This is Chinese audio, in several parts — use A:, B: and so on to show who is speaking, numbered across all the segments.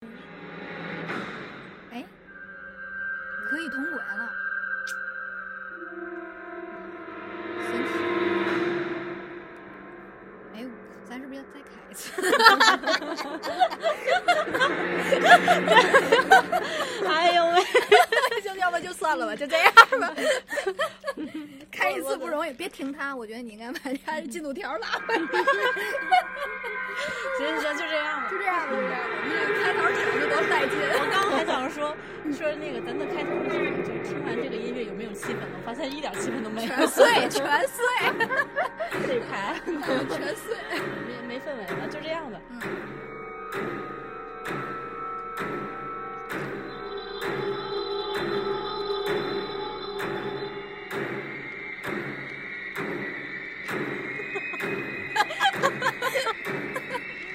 A: 力哎同轨了。神奇。哎，咱是不是要再开一 次？
B: 哎呦喂，
A: 就要不就算了吧，就这样吧。开一次不容易，别听他，我觉得你应该把他进度条拉回来。
B: 行行行，就这样吧。
A: 就这样吧，就这样吧。你这开头挺的多带劲。
B: 我刚还想说说那个咱的开头的时候，就听完这个音乐有没有气氛？我发现一点气氛都没有，
A: 全碎，全碎，
B: 这盘
A: 全碎。
B: 没没氛围了，就这样吧。
A: 嗯，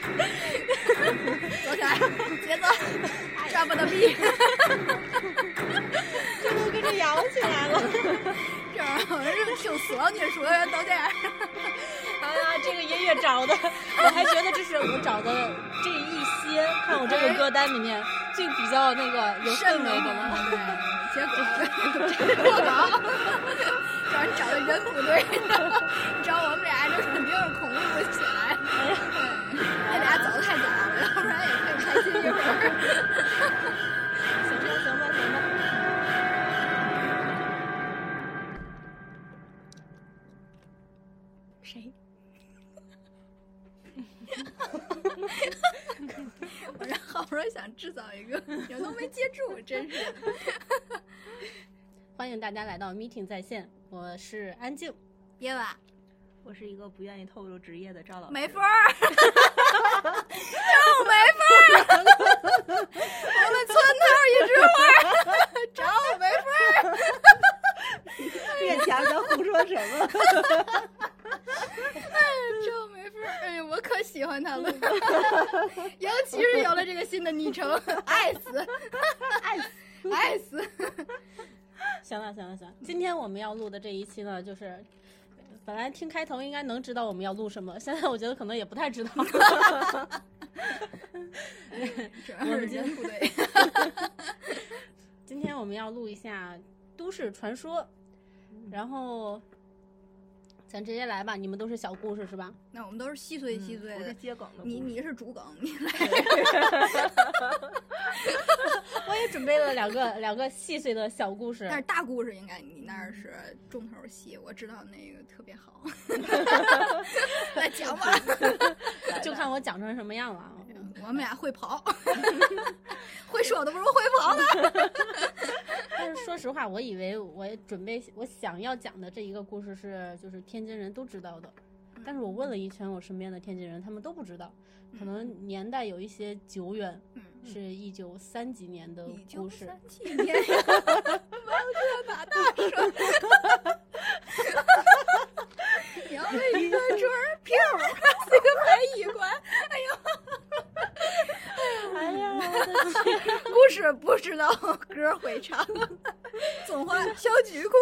A: 走起来，节奏，抓不得逼，
B: 这都跟着摇起来 了。
A: 这玩意儿我是挺俗，你说人都这样。
B: 哎呀，这个音乐找的，我还觉得这是我找的这一些，看我这个歌单里面最比较那个有氛围的了。
A: 了。结果 破稿，让人找的人不对，你知道我们俩这肯定是恐怖不起来。那俩走的太早了，要不然也可以开心一会儿。
B: 行吧，行吧，行吧。谁？
A: 我这好不容易想制造一个，你们都没接住，真是。
B: 欢迎大家来到 Meeting 在线，我是安静，
A: 别吧，
C: 我是一个不愿意透露职业的赵老师。
A: 没分儿，又没分儿，我们村头一枝花，找我没分儿。
C: 面前在胡说什 么？
A: 这没法儿，哎呀，我可喜欢他了，尤其是有了这个新的昵称，爱死，爱死， 爱死。
B: 行了行了行了，今天我们要录的这一期呢，就是呃本来听开头应该能知道我们要录什么， 现在我觉得可能也不太知道。
A: 主要是人不对，
B: 今天我们要录一下都市传说，然后咱直接来吧，你们都是小故事是吧？
A: 那我们都是细碎细碎
C: 嗯我是
A: 的。
C: 接梗的。
A: 你你是主梗，你来
B: 我也准备了两个两个细碎的小故事
A: 但，是大故事应该你那儿是重头戏，我知道那个特别好， 来讲吧。
B: 就看我讲成什么样了啊。
A: 嗯我们俩会跑， 会说的不如会跑的。
B: 但是说实话，我以为我准备我想要讲的这一个故事是就是天津人都知道的，
A: 嗯
B: 但是我问了一圈我身边的天津人，他们都不知道，可能年代有一些久远，
A: 嗯，
B: 是一九三几年的
A: 你就
B: 故事。
A: 三七年，王哥打大声， 摇了一个桌儿，飘，这个白一关。
B: 哎呀，我的
A: 故事不知道，歌会唱，总话小曲库。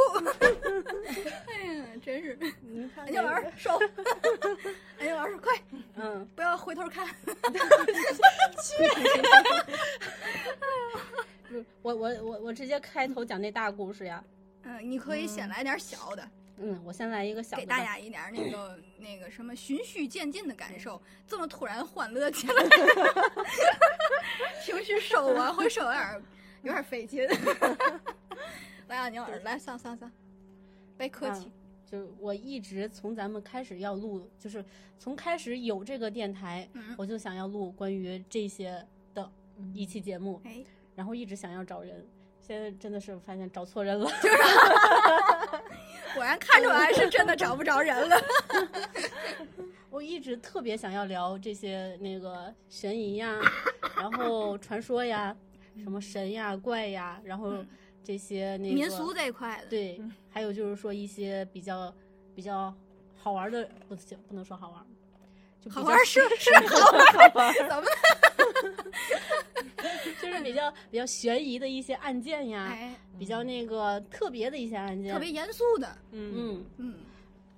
A: 哎呀，真是，
B: 你看
A: 安静老师收， 安静老师快，
B: 嗯，
A: 不要回头看。
B: 我我我我直接开头讲那大故事呀。
A: 嗯，你可以先来点小的，
B: 嗯，我先来一个小的
A: 给
B: 吧
A: 大家一点那个那个什么循序渐进的感受。这么突然欢乐起 来，情绪收啊，会收有点有点费劲。 来啊，牛老师，来上上上，别客气。
B: 就是我一直从咱们开始要录，就是从开始有这个电台，
A: 嗯
B: 我就想要录关于这些的一期节目，
A: 哎，
B: 然后一直想要找人，现在真的是发现找错 人了。
A: 果然看出来是真的找不着人了。
B: 我一直特别想要聊这些那个悬疑 呀，然后传说呀，什么神呀、怪呀，然后
A: 嗯
B: 这些那个
A: 民俗这一块的，嗯
B: 对，还有就是说一些比较比较好玩的，不行，不能说好玩，就比
A: 好
B: 较
A: 玩儿是是好玩儿，怎么了？
B: 就是比较比较悬疑的一些案件呀，
A: 哎，
B: 比较那个特别的一些案件，
A: 特别严肃的，
C: 嗯
B: 嗯。
A: 嗯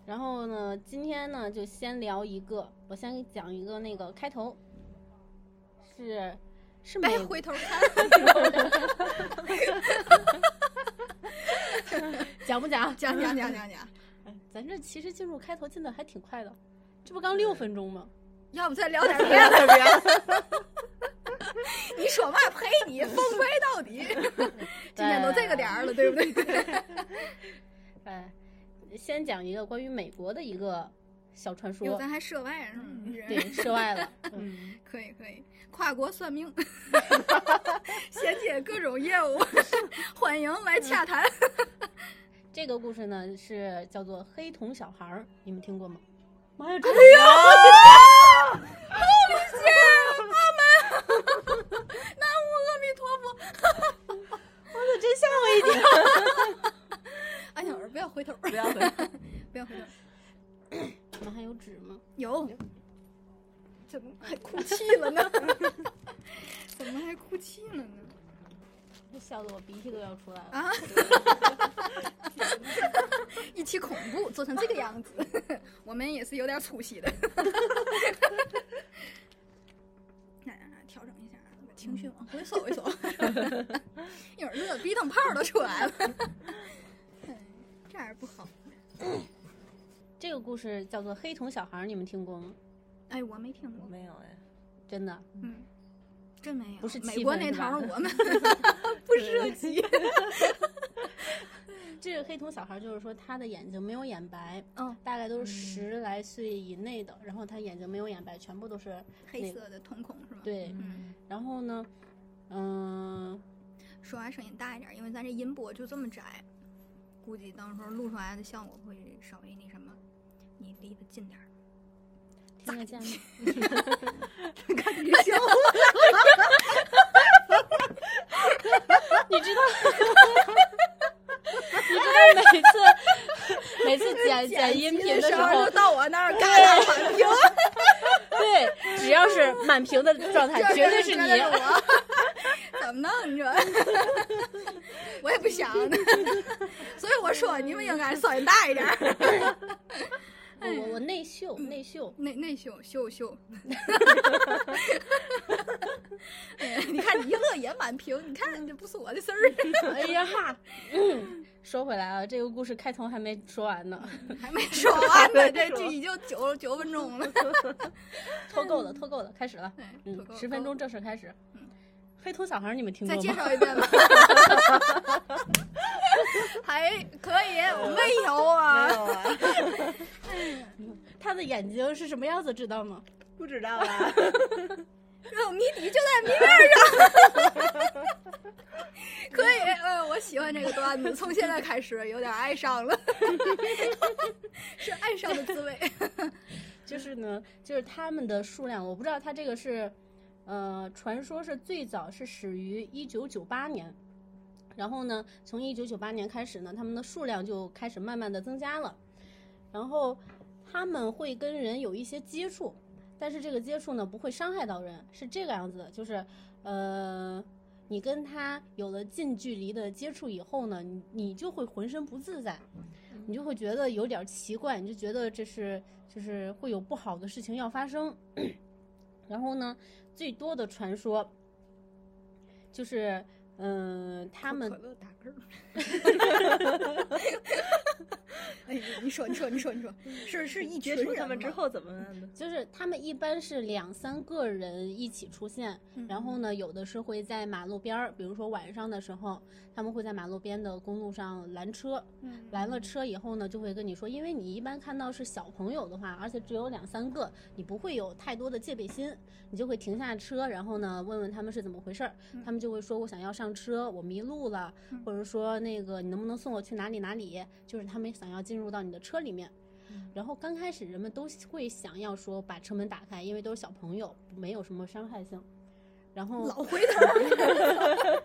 B: 然后呢，今天呢就先聊一个，我先讲一个那个开头，是是
A: 嗯
B: 美
A: 别回头看，
B: 讲不讲？
A: 讲讲讲 讲讲，
B: 哎，咱这其实进入开头进的还挺快的，这不刚六分钟吗？
A: 要不再聊点
C: 别
A: 别的？
C: 了别了，
A: 你说嘛，陪 你奉陪到底。今天都这个点儿了，对不对？
B: 哎，先讲一个关于美国的一个小传
A: 哟，
B: 说，
A: 咱还涉外是吗？
B: 对，涉外 了。嗯，
C: 嗯，
A: 可以可以，跨国算 命，衔接各种业务， 欢迎来洽谈。
B: 这个故事呢是叫做黑瞳小孩儿，你们听过吗？妈呀，
A: 哎啊南无阿弥陀佛，
C: 真吓 我一跳。
A: 安哎小儿不要回头，
C: 不要回，
A: 不要回头。
B: 你们还有纸吗？
A: 有，怎么还哭泣了呢？ 怎么还哭泣了呢？
B: 笑得我鼻涕都要出来了。
A: 啊！一起恐怖做成这个样子， 我们也是有点出息 的。来来来，哎调整一下啊，把情绪往回收一收，一会儿乐得鼻涕泡都出来 了。哎这样不好。
B: 这个故事叫做黑瞳小孩儿，你们听过吗？
A: 哎，我没听
C: 我
A: 过，
C: 没有 哎，
B: 真的，
A: 嗯，真没有。
B: 不是
A: 美
B: 气
A: 国
B: 氛
A: 那
B: 是吧
A: 头儿，我 们不涉 及。
B: 这个黑瞳小孩儿就是说他的眼睛没有眼白，
A: 嗯，
B: 大概都是十来岁以内的，然后他眼睛没有眼白，全部都是
A: 黑色的瞳孔是吗？，
B: 对。
A: 嗯
B: 然后呢，嗯、
A: 说话声音大一点，因为咱这音波就这么窄，估计到时候录出来的效果会稍微那什么。你离得近点 儿，
B: 听得见吗？
A: 看你笑话，
B: 你知道， 你知道每次每次 剪
A: 嗯
B: 剪音频的时候
A: 就，到我那儿干了满屏，
B: 对，只要是满屏的状 态，绝对是
A: 这 就是
B: 你。
A: 我。怎么弄？你 说，我也不想， 所以我说你们应该声音大一点儿。
B: 我我我内秀内秀，
A: 内内秀秀秀，哎呀， 你看你一乐也满屏，你看这不是我的事儿，
B: 哎呀哈！嗯 说回来啊，这个故事开头还没说完呢，
A: 还没说完呢，这
C: 还没说
A: 这已经九九分钟了。嗯哎
B: 脱够了，脱够了，开始了。
A: 对
B: 嗯，十分钟，正式开始。
A: 嗯
B: 黑瞳小孩儿你们听
A: 再
B: 过
A: 介
B: 吗？
A: 绍一遍吧。 还可以，我没有
C: 没
A: 啊，
C: 有啊，
B: 他的眼睛是什么样子，知道吗？
C: 不知道啊，
A: 这种谜底就在谜面儿上。 可以，呃，我喜欢这个段子，从现在开始有点爱上了， 是爱上的滋味。
B: 就是呢，就是他们的数量，我不知道他这个是，呃，传说是最早是始于一九九八年，然后呢，从一九九八年开始呢，他们的数量就开始慢慢的增加了，然后他们会跟人有一些接触，但是这个接触呢不会伤害到人，是这个样子的，就是呃，你跟他有了近距离的接触以后呢，你你就会浑身不自在，你就会觉得有点奇怪，你就觉得这是就是会有不好的事情要发生。 然后呢，最多的传说就是，嗯、他们
A: 可乐打嗝。 哎，你说，你说，你 说，你说，是是一
C: 接
A: 群
C: 触
A: 人
C: 他们之
A: 吗，
C: 后怎么样的？
B: 就是他们一般是两三个人一起出现，
A: 嗯
B: 然后呢，有的是会在马路边儿，比如说晚上的时候，他们会在马路边的公路上拦车，
A: 嗯
B: 拦了车以后呢，就会跟你说，因为你一般看到是小朋友的话，而且只有两三个，你不会有太多的戒备心，你就会停下车，然后呢，问问他们是怎么回事儿，
A: 嗯
B: 他们就会说我想要上车，我迷路了，
A: 嗯
B: 或者说那个你能不能送我去哪里哪里，就是他们想要进入到你的车里面。
A: 嗯
B: 然后刚开始人们都会想要说把车门打开，因为都是小朋友，没有什么伤害性。然后
A: 老回头儿，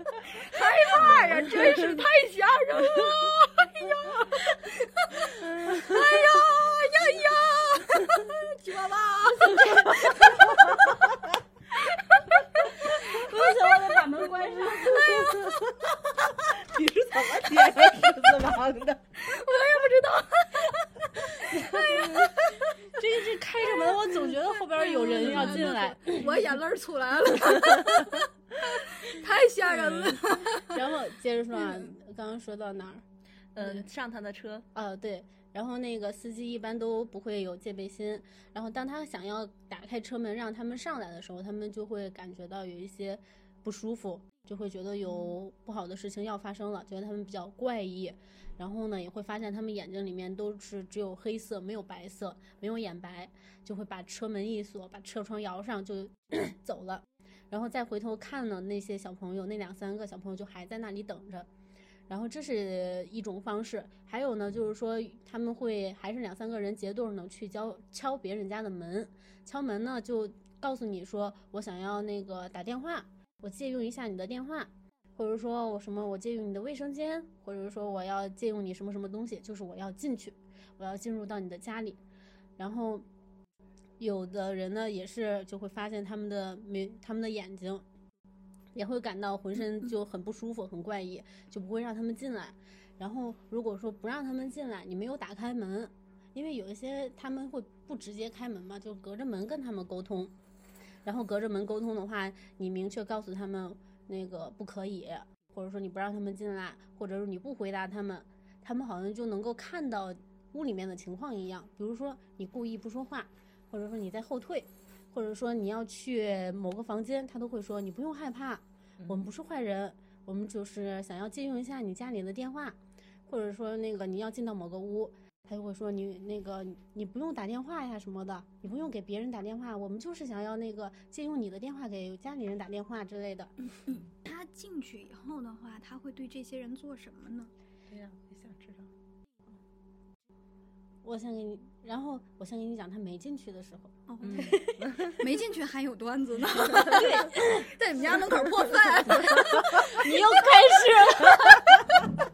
A: 害怕哎呀，真是太吓人了！哎呀，哎呀呀呀，吉娃娃，
B: 不行，我得把门关上。
C: 你是怎么接上狮子王的？
B: 这个这开着门，我总觉得后边有人要进来。，
A: 我眼泪儿出来了， 太吓人了。
C: 嗯
B: 嗯然后接着说啊，刚刚说到哪儿？对
D: 嗯，上他的车，
B: 呃，对。然后那个司机一般都不会有戒备心，然后当他想要打开车门让他们上来的时候，他们就会感觉到有一些不舒服，就会觉得有不好的事情要发生了，觉得他们比较怪异。然后呢，也会发现他们眼睛里面都是只有黑色，没有白色，没有眼白，就会把车门一锁，把车窗摇上就 走了。然后再回头看呢，那些小朋友，那两三个小朋友就还在那里等着。然后这是一种方式，还有呢，就是说他们会还是两三个人结对儿呢去敲敲别人家的门，敲门呢就告诉你说我想要那个打电话，我借用一下你的电话，或者说我什么我借用你的卫生间，或者说我要借用你什么什么东西，就是我要进去，我要进入到你的家里，然后。有的人呢，也是就会发现他们的眉，他们的眼睛，也会感到浑身就很不舒服，很怪异。就不会让他们进来。然后如果说不让他们进来，你没有打开门，因为有一些他们会不直接开门嘛，就隔着门跟他们沟通。然后隔着门沟通的话，你明确告诉他们那个不可以，或者说你不让他们进来，或者说你不回答他们，他们好像就能够看到屋里面的情况一样。比如说你故意不说话，或者说你在后退，或者说你要去某个房间，他都会说你不用害怕，我们不是坏人，我们就是想要借用一下你家里的电话，或者说那个你要进到某个屋，他就会说你那个你不用打电话呀什么的，你不用给别人打电话，我们就是想要那个借用你的电话给家里人打电话之类的。
A: 他进去以后的话，他会对这些人做什么呢？
C: 哎
D: 对呀，我想知道。
B: 我先给你，然后我先给你讲他没进去的时候，
A: 哦，
D: 嗯，
A: 没进去还有段子呢，在你们家门口破饭。
B: 你又开始了。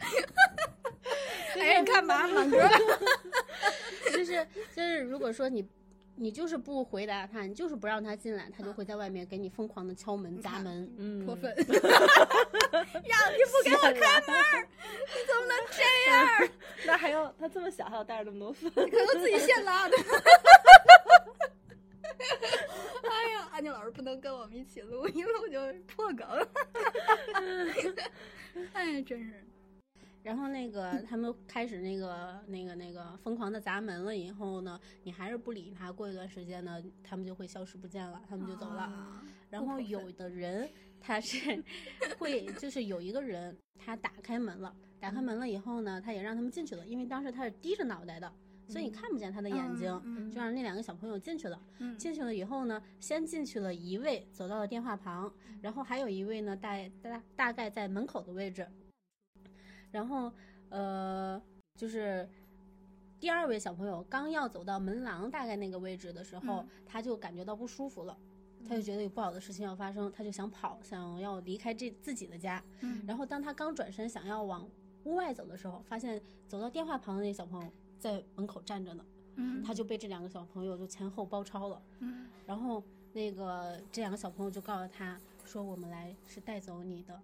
A: 哎，你干嘛，满哥？
B: 就是就是，如果说你你就是不回答他，你就是不让他进来，他就会在外面给你疯狂的敲门、砸门。
D: 嗯
A: 破粪，让你不给我开门儿，你怎么能这样？
C: 那还要他这么小还要带着那么多粪，
A: 可能自己现拉 的。哎呀，安妮老师不能跟我们一起录，一录就破梗。 哎呀，真是，
B: 然后那个他们开始那个那个那个疯狂的砸门了以后呢，你还是不理他，过一段时间呢，他们就会消失不见了，他们就走了。
A: 啊
B: 然后有的人他是会就是有一个人他打开门了，打开门了以后呢，他也让他们进去了，因为当时他是低着脑袋的，所以你看不见他的眼睛，
A: 嗯
B: 就让那两个小朋友进去了。
A: 嗯
B: 进去了以后呢，先进去了一位，走到了电话旁，然后还有一位呢，大大大概在门口的位置，然后呃，就是第二位小朋友刚要走到门廊大概那个位置的时候，
A: 嗯
B: 他就感觉到不舒服了。他就觉得有不好的事情要发生，他就想跑，想要离开这自己的家。
A: 嗯
B: 然后当他刚转身想要往屋外走的时候，发现走到电话旁的那小朋友在门口站着呢，
A: 嗯
B: 他就被这两个小朋友就前后包抄了。
A: 嗯
B: 然后那个这两个小朋友就告诉他说：“我们来是带走你的。”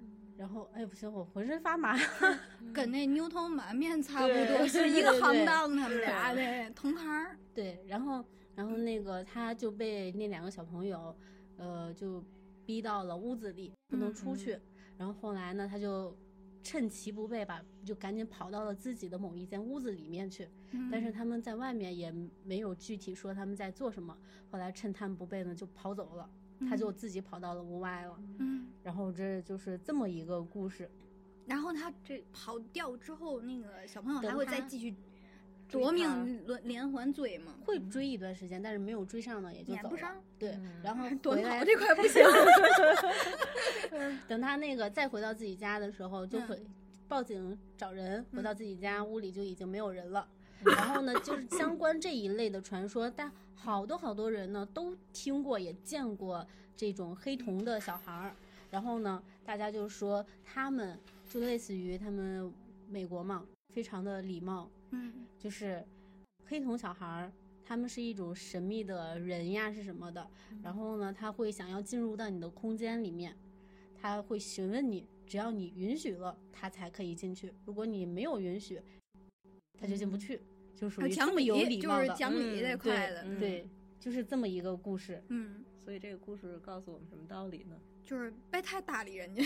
D: 嗯
B: 然后哎不行，我浑身发麻。
A: 跟那牛头马面差不多，
B: 对
A: 是一个
B: 对对
A: 行当，他们俩的同行儿。
B: 对，然后然后那个他就被那两个小朋友，呃，就逼到了屋子里，不能出去。然后后来呢，他就趁其不备吧，就赶紧跑到了自己的某一间屋子里面去。
A: 嗯
B: 但是他们在外面也没有具体说他们在做什么。后来趁他们不备呢，就跑走了。他就自己跑到了屋外了。
A: 嗯，
B: 然后这就是这么一个故事。
A: 然后他这跑掉之后，那个小朋友
B: 等
A: 还会再
B: 他
A: 继续
D: 追他
A: 夺命轮连环追吗？
B: 会追一段时间，但是没有追上呢，也就
A: 撵
B: 走
A: 嗯不
B: 了。
A: 上
B: 对，
D: 嗯
B: 然后
A: 躲
B: 回
A: 跑
B: 来
A: 这块不 行。
B: 等他那个再回到自己家的时候，就
A: 嗯
B: 会报警找人，回
A: 嗯
B: 到自己家屋里就已经没有人了。然后呢，就是相关这一类的传说，但好多好多人呢都听过，也见过这种黑瞳的小孩儿。然后呢，大家就说他们就类似于他们美国嘛，非常的礼貌，
A: 嗯
B: 就是黑瞳小孩儿，他们是一种神秘的人呀，是什么的？
A: 嗯
B: 然后呢，他会想要进入到你的空间里面，他会询问你，只要你允许了，他才可以进去。如果你没有允许，他就进不去，就属于这
A: 嗯讲
B: 么
A: 理
B: 有礼
A: 就
B: 貌
A: 是
B: 的。
A: 讲理
D: 嗯
A: 这
B: 对
A: 块的，
D: 嗯
B: 对，就是这么一个 故事。
A: 嗯，
D: 所以这个故事告诉我们什么道理呢？
A: 就是别太搭理人家，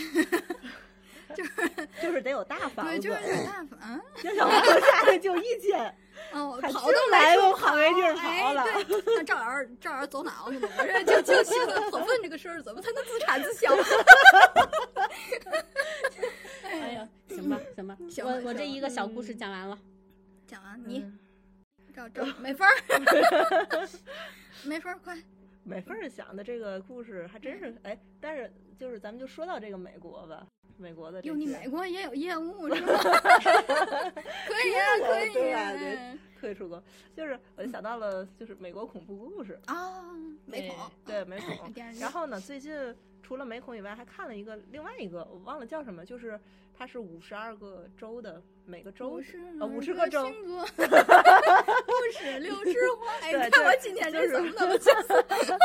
A: 就是
C: 就是得有大房子，
A: 对，就是有办法。嗯，
C: 那小房子下来就一千，
A: 哦，
C: 还
A: 跑
C: 真
A: 都
C: 来
A: 没
C: 过
A: 处
C: 跑没地儿跑
A: 哎，
C: 了
A: 对，那赵老师，赵老师走脑子了，我这就就兴奋讨论这个事儿，怎么才能自产自销？啊
B: 哎呀，行吧，行吧，
A: 行吧嗯
B: 我我这
A: 行
B: 一个小故事讲完了，
A: 讲完你，
C: 嗯
D: 你
A: 赵赵没分儿， 没分儿，快，
C: 美凤儿想的这个故事还真
D: 嗯
C: 是哎，但是就是咱们就说到这个美国吧，美国的这
A: 哟，你
C: 些
A: 美国也有业务是 吗？可以啊，
C: 对
A: 可以
C: 对
A: 啊
C: 吧对退出过，就是我就想到了就是美国恐怖故事，
A: 啊，没跑，
C: 对美恐，
A: 电视剧
C: 然后呢，最近除了美恐以外，还看了一个另外一个，我忘了叫什么，就是它是五十二个州的，每个州
A: 五十
C: 呃五十
A: 个
C: 个州
A: 星 座，不止六枝花。哎，你
C: 对
A: 看
C: 对
A: 我今天
C: 就
A: 这
C: 是
A: 怎么 怎么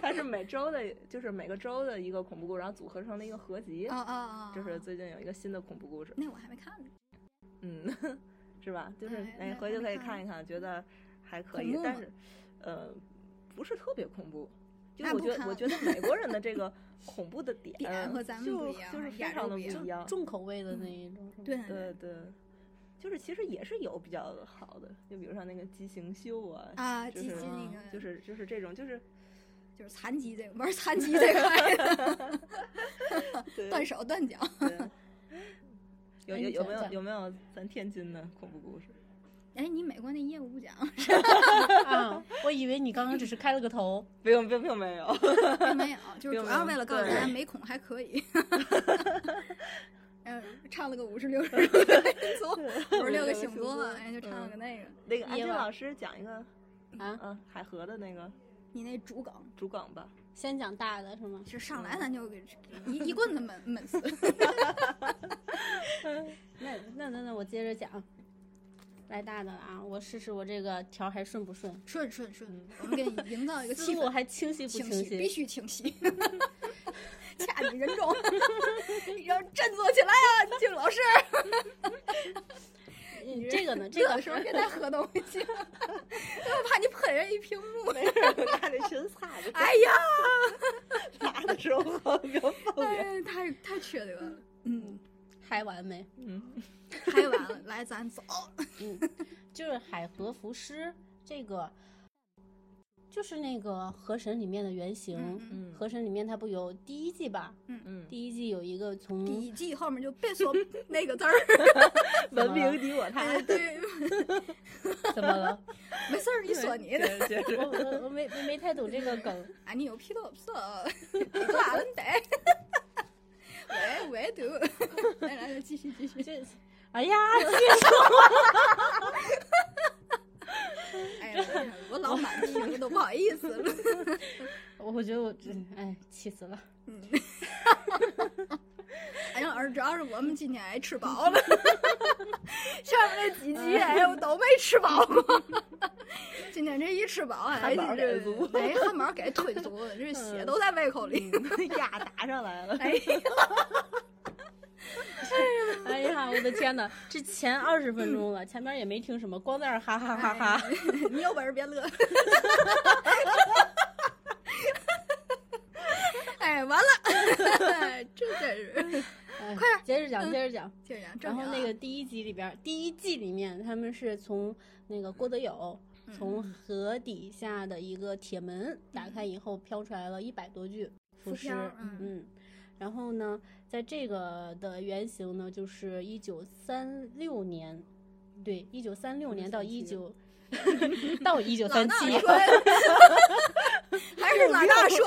C: 它是每周的，就是每个州的一个恐怖故事，然后组合成了一个合集。
A: 啊啊啊！
C: 这是最近有一个新的恐怖故事，
A: 那我还没看呢，
C: 嗯， 是吧？就是
A: 哎
C: 哎，
A: 那
C: 回去
A: 还
C: 可
A: 没
C: 以
A: 看
C: 看一看，觉得还可
A: 恐
C: 以
A: 怖，
C: 但
A: 吗
C: 是呃，不是特别恐怖。就
A: 那
C: 我
A: 不
C: 觉得，
A: 看
C: 我
A: 了
C: 觉得美国人的这个恐怖的 点
A: 点和咱们不
C: 就
A: 一样
C: 就是非
A: 亚洲
C: 常的
A: 不
C: 不
A: 一样
C: 一样，
B: 重口味的那一种。
A: 嗯对
C: 对对，就是其实也是有比较好的，就比如像那个畸形秀啊，
A: 啊，
C: 就
A: 记记
C: 是
A: 那
B: 嗯
A: 个
C: 就是就是这种，就是
A: 就是残疾这个，玩残疾这 块，
C: 对
A: 断手断脚。
C: 对有
B: 哎
C: 有
B: 你
C: 有
B: 讲
C: 没有
B: 讲
C: 有没有咱天津的恐怖故事？
A: 哎，你美国那业务不讲，
B: 啊，我以为你刚刚只是开了个头，
C: 没有，并并没有。
A: 并没有，就是
C: 并
A: 主
C: 没
A: 要
C: 有
A: 为了告诉大
C: 对
A: 家美恐还可以。嗯，唱了个五十六个星座，五十六个星座嘛，哎，就唱了个那个。
C: 那个安
B: 夜
C: 静
B: 晚
C: 老师讲一个
B: 啊
C: 嗯，海河的那个
A: 你那主梗
C: 主港吧，
B: 先讲大的是吗？
A: 是上来咱就给一一棍子闷闷死。
B: 那那那那我接着讲，来大的了啊，我试试我这个条还顺不顺，
A: 顺顺顺，嗯我们给你营造一个
B: 思
A: 气
B: 路
A: 氛，
B: 还清晰不
A: 清
B: 清
A: 晰必须清晰，恰你人中，要振作起来啊，静老师！
B: 嗯这个呢，这
A: 这
B: 个
A: 个时候别再喝东西了， 我怕你喷人一屏幕。
C: 看着身擦着
A: 哎呀，
C: 擦的时候比较方便。
A: 哎太太缺德了。嗯，
B: 还完没？
C: 嗯，
A: 拍完了，来咱 走。
B: 嗯，就是海河浮尸这个，就是那个河神里面的原型。
A: 嗯
C: 嗯
B: 河神里面它不有第一季吧？
C: 嗯，
B: 第一季有一个从
A: 第一季后面就别 说那个字儿。
C: 文明敌我他
A: 哎，，对，
B: 怎么了？
A: 没事儿，你说你的。
C: 接
B: 我
C: 着
B: 我我没没没太懂这个 梗。
A: 啊，你有皮多不色，拉了得。 喂喂，对， 来来来，继续继续。
B: 这，哎呀，
A: 哎呀，我老满听了都不好意思了。
B: 我我觉得我这哎气死了。
A: 嗯，哎呀，而主要是我们今天哎吃饱 了，上面那几集哎我都没吃饱 过，今天这一吃饱哎，
C: 汉堡给足
A: 这哎汉堡给推足了，这血都在胃口里。
C: 呀打上来了，
A: 哎
B: 哎呀，我的天 哪！这前二十分钟了，
A: 嗯
B: 前面也没听什么，光在那儿哈哈哈哈。
A: 哎，你 有本事别乐。 哎，完了，这真是，
B: 哎
A: 快点，
B: 接着讲，接着讲。
A: 竟然
B: 然
A: 正
B: 后
A: 经
B: 那
A: 啊
B: 个第一集里边，第一季里面，他们是从那个郭德友
A: 嗯
B: 从河底下的一个铁门打开以后，飘出来了一百多具
A: 嗯浮
B: 浮尸
A: 漂。嗯
B: 嗯，然后呢，在这个的原型呢，就是一九三六年，对，一九三六年到一九 到一九
A: 老
B: 三
A: 大
B: 七。
A: 栓，还是老大栓。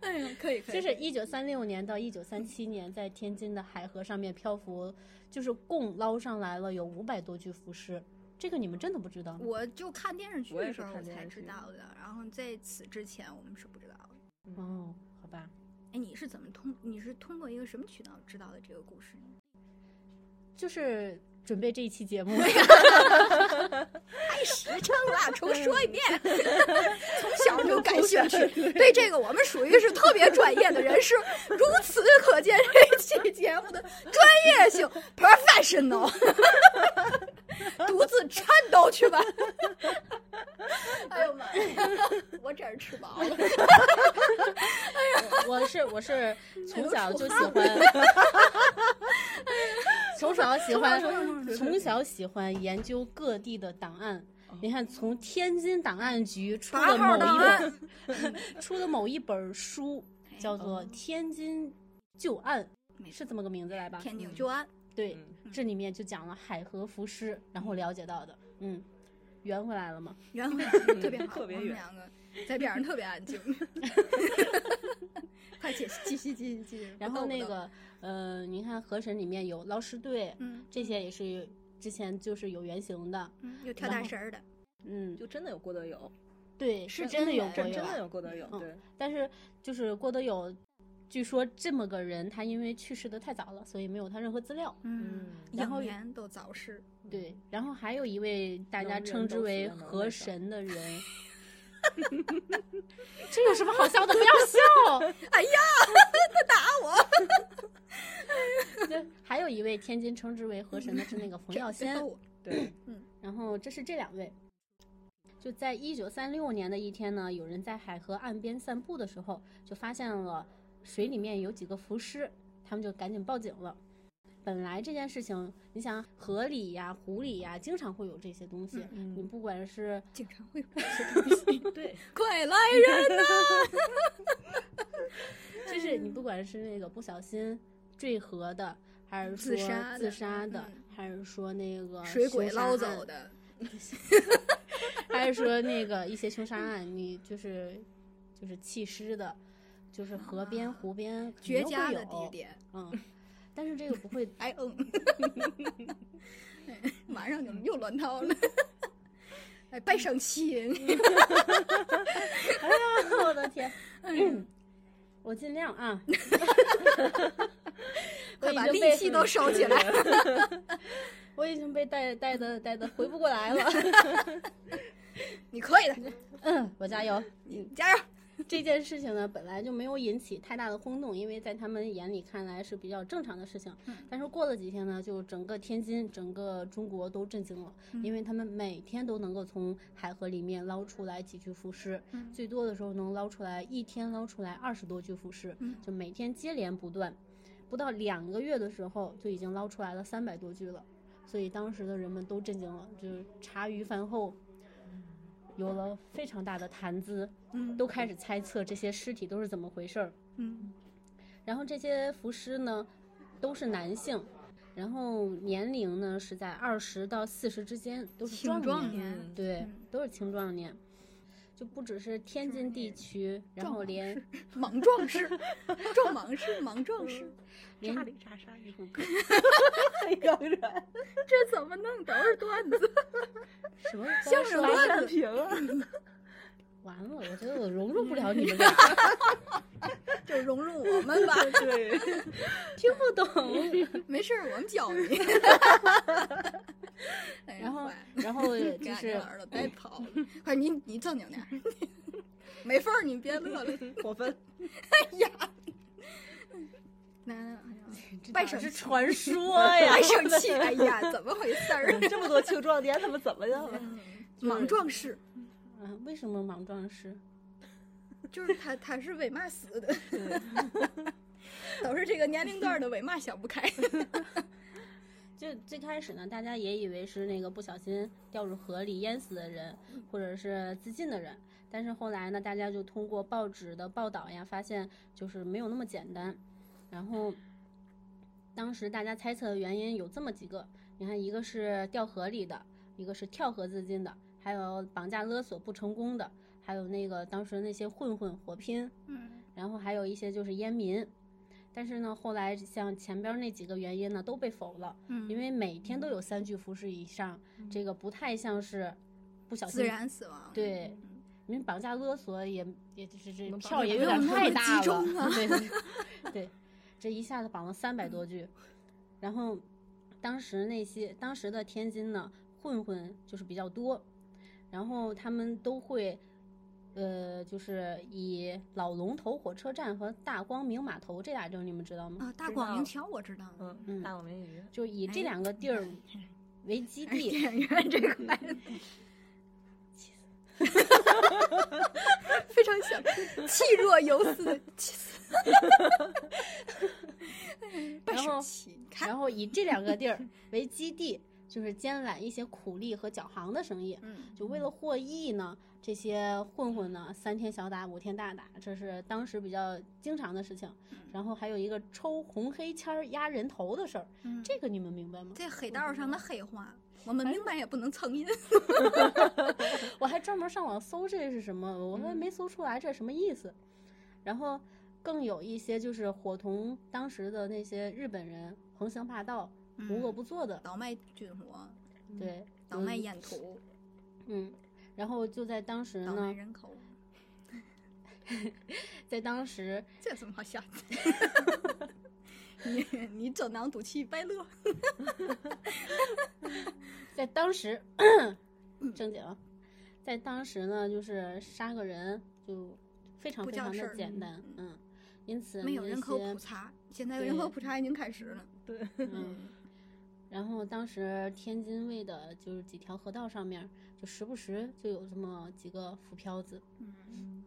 A: 哎呀，可以可以，
B: 就是一九三六年到一九三七年，在天津的海河上面漂浮，就是共捞上来了有五百多具浮尸，这个你们真的不知道？
A: 我就看电视剧
C: 我也
A: 的
C: 是
A: 时候我
C: 看电
A: 才
C: 视
A: 知
C: 剧
A: 道的，然后在此之前我们是不知道的。
B: 哦，好吧，
A: 哎，你是怎么通？你是通过一个什么渠道知道的这个故事呢？
B: 就是准备这一期节目，
A: 太实诚了，重说一 遍。从小就感兴趣，对这个我们属于是特别专业的人士。如此可见，这期节目的专业性 （professional）。独自颤抖去吧！哎呦妈呀，我真是吃饱了。
B: 我是我我是从
A: 都
B: 小
A: 出
B: 就喜
A: 汗
B: 欢，从小喜欢，从小喜欢研究各地的档案。你看，从天津档案局出
A: 八
B: 的
A: 号
B: 某
A: 档
B: 一
A: 案
B: 本，出的某一本书，叫做《天津旧案
A: 没》，
B: 是这么个名字来吧？
A: 天津旧案，
B: 对，
A: 嗯
B: 这里面就讲了海河浮尸，然后了解到的，嗯，圆回来了吗？
A: 圆回来嗯特别好，
C: 特别
A: 我们
C: 远
A: 两个在边上特别安 静。快解释，继续继续继续。
B: 然
A: 不
B: 后
A: 逗
B: 那
A: 不逗，
B: 个，呃，你看河神里面有捞尸队，
A: 嗯
B: 这些也是之前就是有原型的，
A: 嗯，有跳大神儿的，
B: 嗯，
C: 就真的有郭德友，
B: 对，
A: 是
B: 真
A: 真
B: 有
A: 人
B: 过
C: 真
B: 有
C: 的
B: 啊，
C: 有郭德友，
B: 嗯
C: 对，
B: 但是就是郭德友，据说这么个人，他因为去世的太早了，所以没有他任何资料。
A: 嗯，
B: 然后
A: 影年都早逝，
B: 对，然后还有一位大家
C: 能人
B: 称之
C: 都死
B: 为
C: 了能
B: 河
C: 为啥
B: 神的人，这有什么好笑的？不要笑！
A: 哎
B: 呀， 他打我！还有一位天津称之为河神的是那个冯 耀先
A: 别，逗我
C: 对，
B: 然后这是这两位。就在一九三六年的一天呢，有人在海河岸边散步的时候，就发现了水里面有几个浮尸，他们就赶紧报警了。本来这件事情，你想河里呀、湖里呀，经常会有这些东西。
A: 嗯
B: 你不 管是
A: 经常会有这种东西
C: 对，
A: 快来人！
B: 就是你不管是那个不小心坠河的，还是
A: 自
B: 说
A: 杀的
B: 自杀的，
A: 嗯
B: 还是说那个
A: 水鬼
B: 凶杀
A: 捞
B: 案
A: 走的，
B: 还是说那个一些凶杀案，你就是就是弃尸的，就是河边、
A: 啊
B: 湖边肯
A: 绝
B: 定会
A: 佳的
B: 有
A: 地，点。
B: 嗯。但是这个不会，
A: 哎嗯，哎 马上就又乱套了。 哎，别生气，
B: 哎呀，我的天！
A: 嗯
B: 我尽量啊，我
A: 快
B: 已
A: 把
B: 经
A: 力
B: 被
A: 气都收起 来。
B: 我已经被带带的带的回不过来了。
A: 你可以 的，
B: 嗯，我加油。
A: 你加油。
B: 这件事情呢，本来就没有引起太大的轰动，因为在他们眼里看来是比较正常的事情。
A: 嗯
B: 但是过了几天呢，就整个天津、整个中国都震惊了，
A: 嗯
B: 因为他们每天都能够从海河里面捞出来几具浮尸，
A: 嗯
B: 最多的时候能捞出来一天捞出来二十多具浮尸，
A: 嗯
B: 就每天接连不断。不到两个月的时候，就已经捞出来了三百多具了，所以当时的人们都震惊了，就是茶余饭后。有了非常大的谈资，
A: 嗯
B: 都开始猜测这些尸体都是怎么回事儿。
A: 嗯
B: 然后这些浮尸呢，都是男性，然后年龄呢是在二十到四十之间，都是
A: 青
B: 壮
A: 壮
B: 年，
A: 年
B: 对
A: 嗯，
B: 都是青壮年。就不只是天津地区，然后连
A: 莽撞式， 撞莽式，莽撞式，
B: 连
C: 扎里扎沙一户歌，
A: 这怎么弄？都是段子，
B: 什么
A: 相声
B: 完
A: 段子。
C: 平啊，
B: 完了，我觉得我融入不 了你们俩，
A: 就融入我们吧，
C: 对，
B: 听不 懂。
A: 没事儿，我们教你。 哎
B: 然后
A: 坏，
B: 然后
A: 给
B: 就
A: 俺这
B: 是哎
A: 耳朵带跑了，快你你正经点儿，没缝儿你别乐了。
C: 我分
A: 那哎呀
B: 这
A: 拜
B: 哪
A: 神
B: 是
A: 奇
B: 传说呀，嗯
A: 还 生气，哎呀，怎么回事儿？
C: 这么多青壮年，他们怎么样啊了？
A: 莽撞式，
B: 嗯，为什么莽撞师？
A: 就是他他是为嘛死的？ 都是这个年龄段的为嘛想不开？
B: 就最开始呢，大家也以为是那个不小心掉入河里淹死的人，或者是自尽的人。但是后来呢，大家就通过报纸的报道呀，发现就是没有那么简单。然后，当时大家猜测的原因有这么几个：你看，一个是掉河里的，一个是跳河自尽的，还有绑架勒索不成功的，还有那个当时那些混混火拼，
A: 嗯
B: 然后还有一些就是烟民。但是呢，后来像前边那几个原因呢都被否了。
A: 嗯
B: 因为每天都有三具浮尸以上，这个不太像是不小心
A: 自。然嗯死亡，
B: 对，因为绑架勒索也也就是这
C: 能绑
B: 票
C: 架
B: 也
A: 不
B: 有点
A: 用那
B: 太
A: 么
B: 大
A: 集
B: 了
A: 中，啊嗯
B: 对 对对，这一下子绑了三百多具，然后当时那些当时的天津呢混混就是比较多，然后他们都会。呃，就是以老龙头火车站和大光明码头这俩地儿，你们知道吗？
A: 啊，大
C: 知
A: 广明
C: 道
A: 桥我知道，
B: 嗯
C: 嗯，大广明鱼，
B: 就以
A: 哎
B: 这两个地儿为基
A: 哎
B: 地，
A: 电影嗯院这块，嗯 非常想，气若游丝，气死 不
B: 然后
A: 神奇，你看，
B: 然后以这两个 地儿为基地，就是兼揽一些苦力和脚行的生意。
A: 嗯，
B: 就为了获益呢，这些混混呢，三天小打，五天大打，这是当时比较经常的事情。
A: 嗯
B: 然后还有一个抽红黑签儿压人头的事儿，
A: 嗯
B: 这个你们明白吗？
A: 这黑道上的黑话，我们明白也不能蹭 印。
B: 我还专门上网搜这是什么，我还
A: 嗯
B: 没搜出来这什么意思。然后更有一些就是伙同当时的那些日本人横行霸道、无恶
A: 嗯
B: 不作的，
A: 倒卖军火，
B: 对，
A: 倒卖烟土，
B: 嗯。然后就在当时
A: 倒卖
B: 呢，
A: 人口，
B: 在当时，
A: 这有什么好笑的？ 你你整囊赌气白乐，
B: 在当 时，正经，在当时呢，就是杀个人就非常
A: 不
B: 非
A: 叫
B: 常
A: 事
B: 的
A: 儿
B: 简单，嗯，因此
A: 没有
B: 那
A: 人口
B: 些
A: 普查，现在人口
B: 对
A: 普查已经开始了。
C: 对，
B: 嗯，然后当时天津卫的就是几条河道上面儿，就时不时就有这么几个浮漂子，
A: 嗯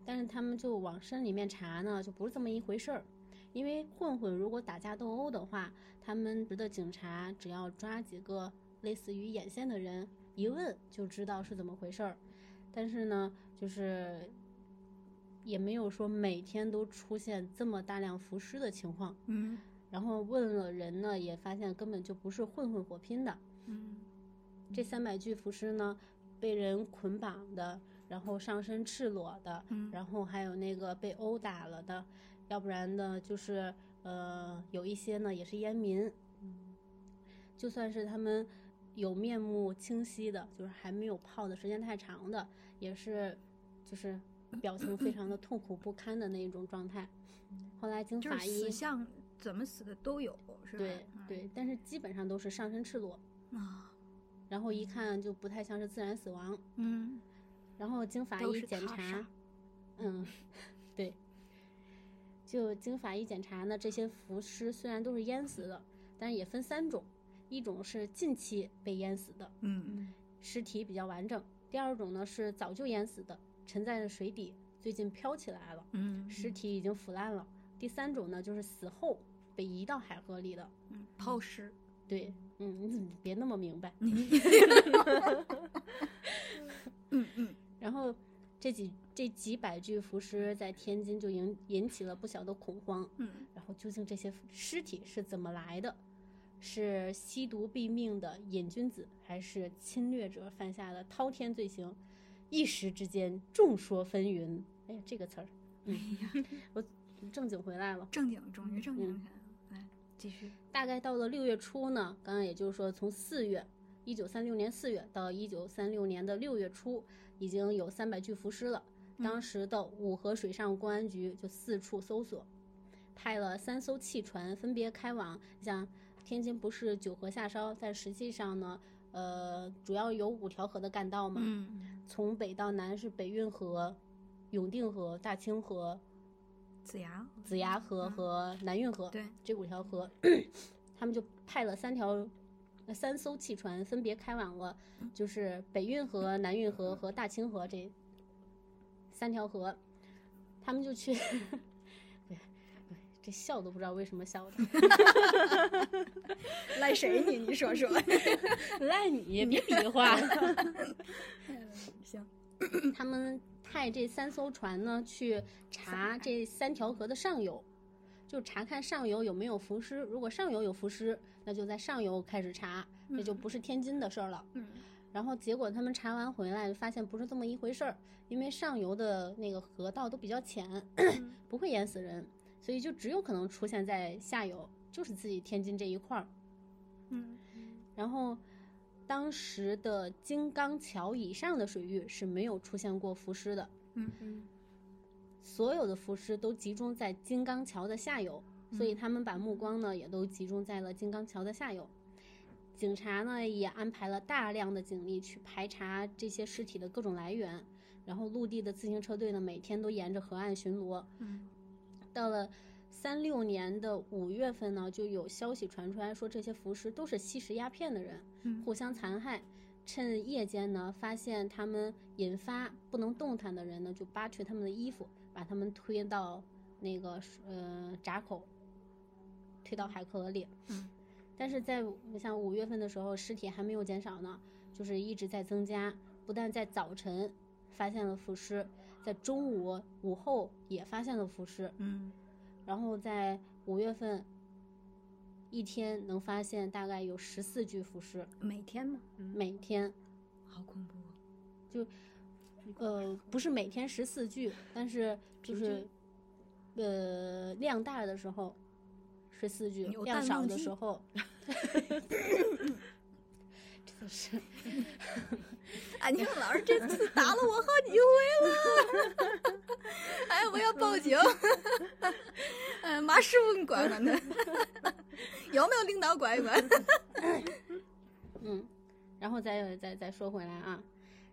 B: 但是他们就往深里面查呢，就不是这么一回事儿。因为混混如果打架斗殴的话，他们的警察只要抓几个类似于眼线的人，一问就知道是怎么回事儿。但是呢，就是也没有说每天都出现这么大量浮尸的情况。
A: 嗯
B: 然后问了人呢，也发现根本就不是混混火拼的。
A: 嗯
B: 这三百具浮尸呢，被人捆绑的，然后上身赤裸的，
A: 嗯
B: 然后还有那个被殴打了的，要不然呢就是呃有一些呢也是烟民，就算是他们有面目清晰的，就是还没有泡的时间太长的，也是就是表情非常的痛苦不堪的那一种状态。后来经
A: 就是
B: 法医
A: 死相怎么死的都有，是吧？
B: 对
A: 嗯
B: 对，但是基本上都是上身赤裸，
A: 啊，
B: 然后一看就不太像是自然死亡。
A: 嗯，
B: 然后经法
A: 都
B: 医
A: 是
B: 检
A: 他
B: 查
A: 杀，
B: 嗯， 对，就经法医检查呢，这些浮尸虽然都是淹死的，但是也分三种，一种是近期被淹死的，
A: 嗯
B: 尸体比较完整；第二种呢是早就淹死的，沉在水底，最近飘起来了，
A: 嗯
B: 尸体已经腐烂了；第三种呢就是死后被移到海河里的。
A: 嗯，抛尸，
B: 对，嗯，你怎么别那么明白？
A: 嗯嗯
B: 然后这几这几百具浮尸在天津就引引起了不小的恐慌。
A: 嗯
B: 然后究竟这些尸体是怎么来的？是吸毒毙命的瘾君子，还是侵略者犯下的滔天罪行？一时之间众说纷纭。哎呀，这个词儿，嗯， 我正经回来了。
A: 正经，终于正经
B: 嗯
A: 起来了，来继续，
B: 大概到了六月初呢，刚刚也就是说从四月，一九三六年四月到一九三六年的六月初，已经有三百具浮尸了。当时的五河水上公安局就四处搜索，派了三艘汽船分别开往，像天津不是九河下梢，但实际上呢，呃，主要有五条河的干道嘛，
A: 嗯，
B: 从北到南是北运河、永定河、大清河、
A: 子牙，
B: 子牙河
A: 嗯
B: 和南运河，
A: 对，
B: 这五条河，他们就派了三条、呃三艘汽船，分别开往了
A: 嗯
B: 就是北运河、南运河和大清河这三条河，他们就去 对，这笑都不知道为什么笑 的，
A: 赖谁你？你 说说，
B: 赖你别比划。
A: 行，
B: 他们派这三艘船呢去查这三条河的上游，就查看上游有没有浮尸。如果上游有浮尸，那就在上游开始查，那就不是天津的事儿了。
A: 嗯
B: 然后结果他们查完回来，发现不是这么一回事儿，因为上游的那个河道都比较浅， 不会淹死人，所以就只有可能出现在下游，就是自己天津这一块儿。
A: 嗯
B: 然后，当时的金刚桥以上的水域是没有出现过浮尸的，
A: 嗯
D: 嗯
B: 所有的浮尸都集中在金刚桥的下游，所以他们把目光呢也都集中在了金刚桥的下游。警察呢也安排了大量的警力去排查这些尸体的各种来源，然后陆地的自行车队呢每天都沿着河岸巡逻。
A: 嗯
B: 到了三六年的五月份呢，就有消息传出来说这些浮尸都是吸食鸦片的人，
A: 嗯
B: 互相残害。趁夜间呢，发现他们引发不能动弹的人呢，就扒去他们的衣服，把他们推到那个呃闸口推到海河里。
A: 嗯
B: 但是在你像五月份的时候，尸体还没有减少呢，就是一直在增加。不但在早晨发现了浮尸，在中午、午后也发现了浮尸。
A: 嗯
B: 然后在五月份，一天能发现大概有十四具浮尸，
A: 每天吗？
B: 每天，
A: 好恐怖哦。
B: 呃，不是每天十四具，但是就是，呃，量大的时候十四具，
A: 有
B: 量
A: 淡
B: 少
A: 旺
B: 的
A: 季
B: 时候， 这都是
A: 俺宁哎老师这次打了我好几回了，哎，我要报警！哎，马师傅，你管管他，有没有领导管一管？
B: 嗯，然后再再再说回来啊，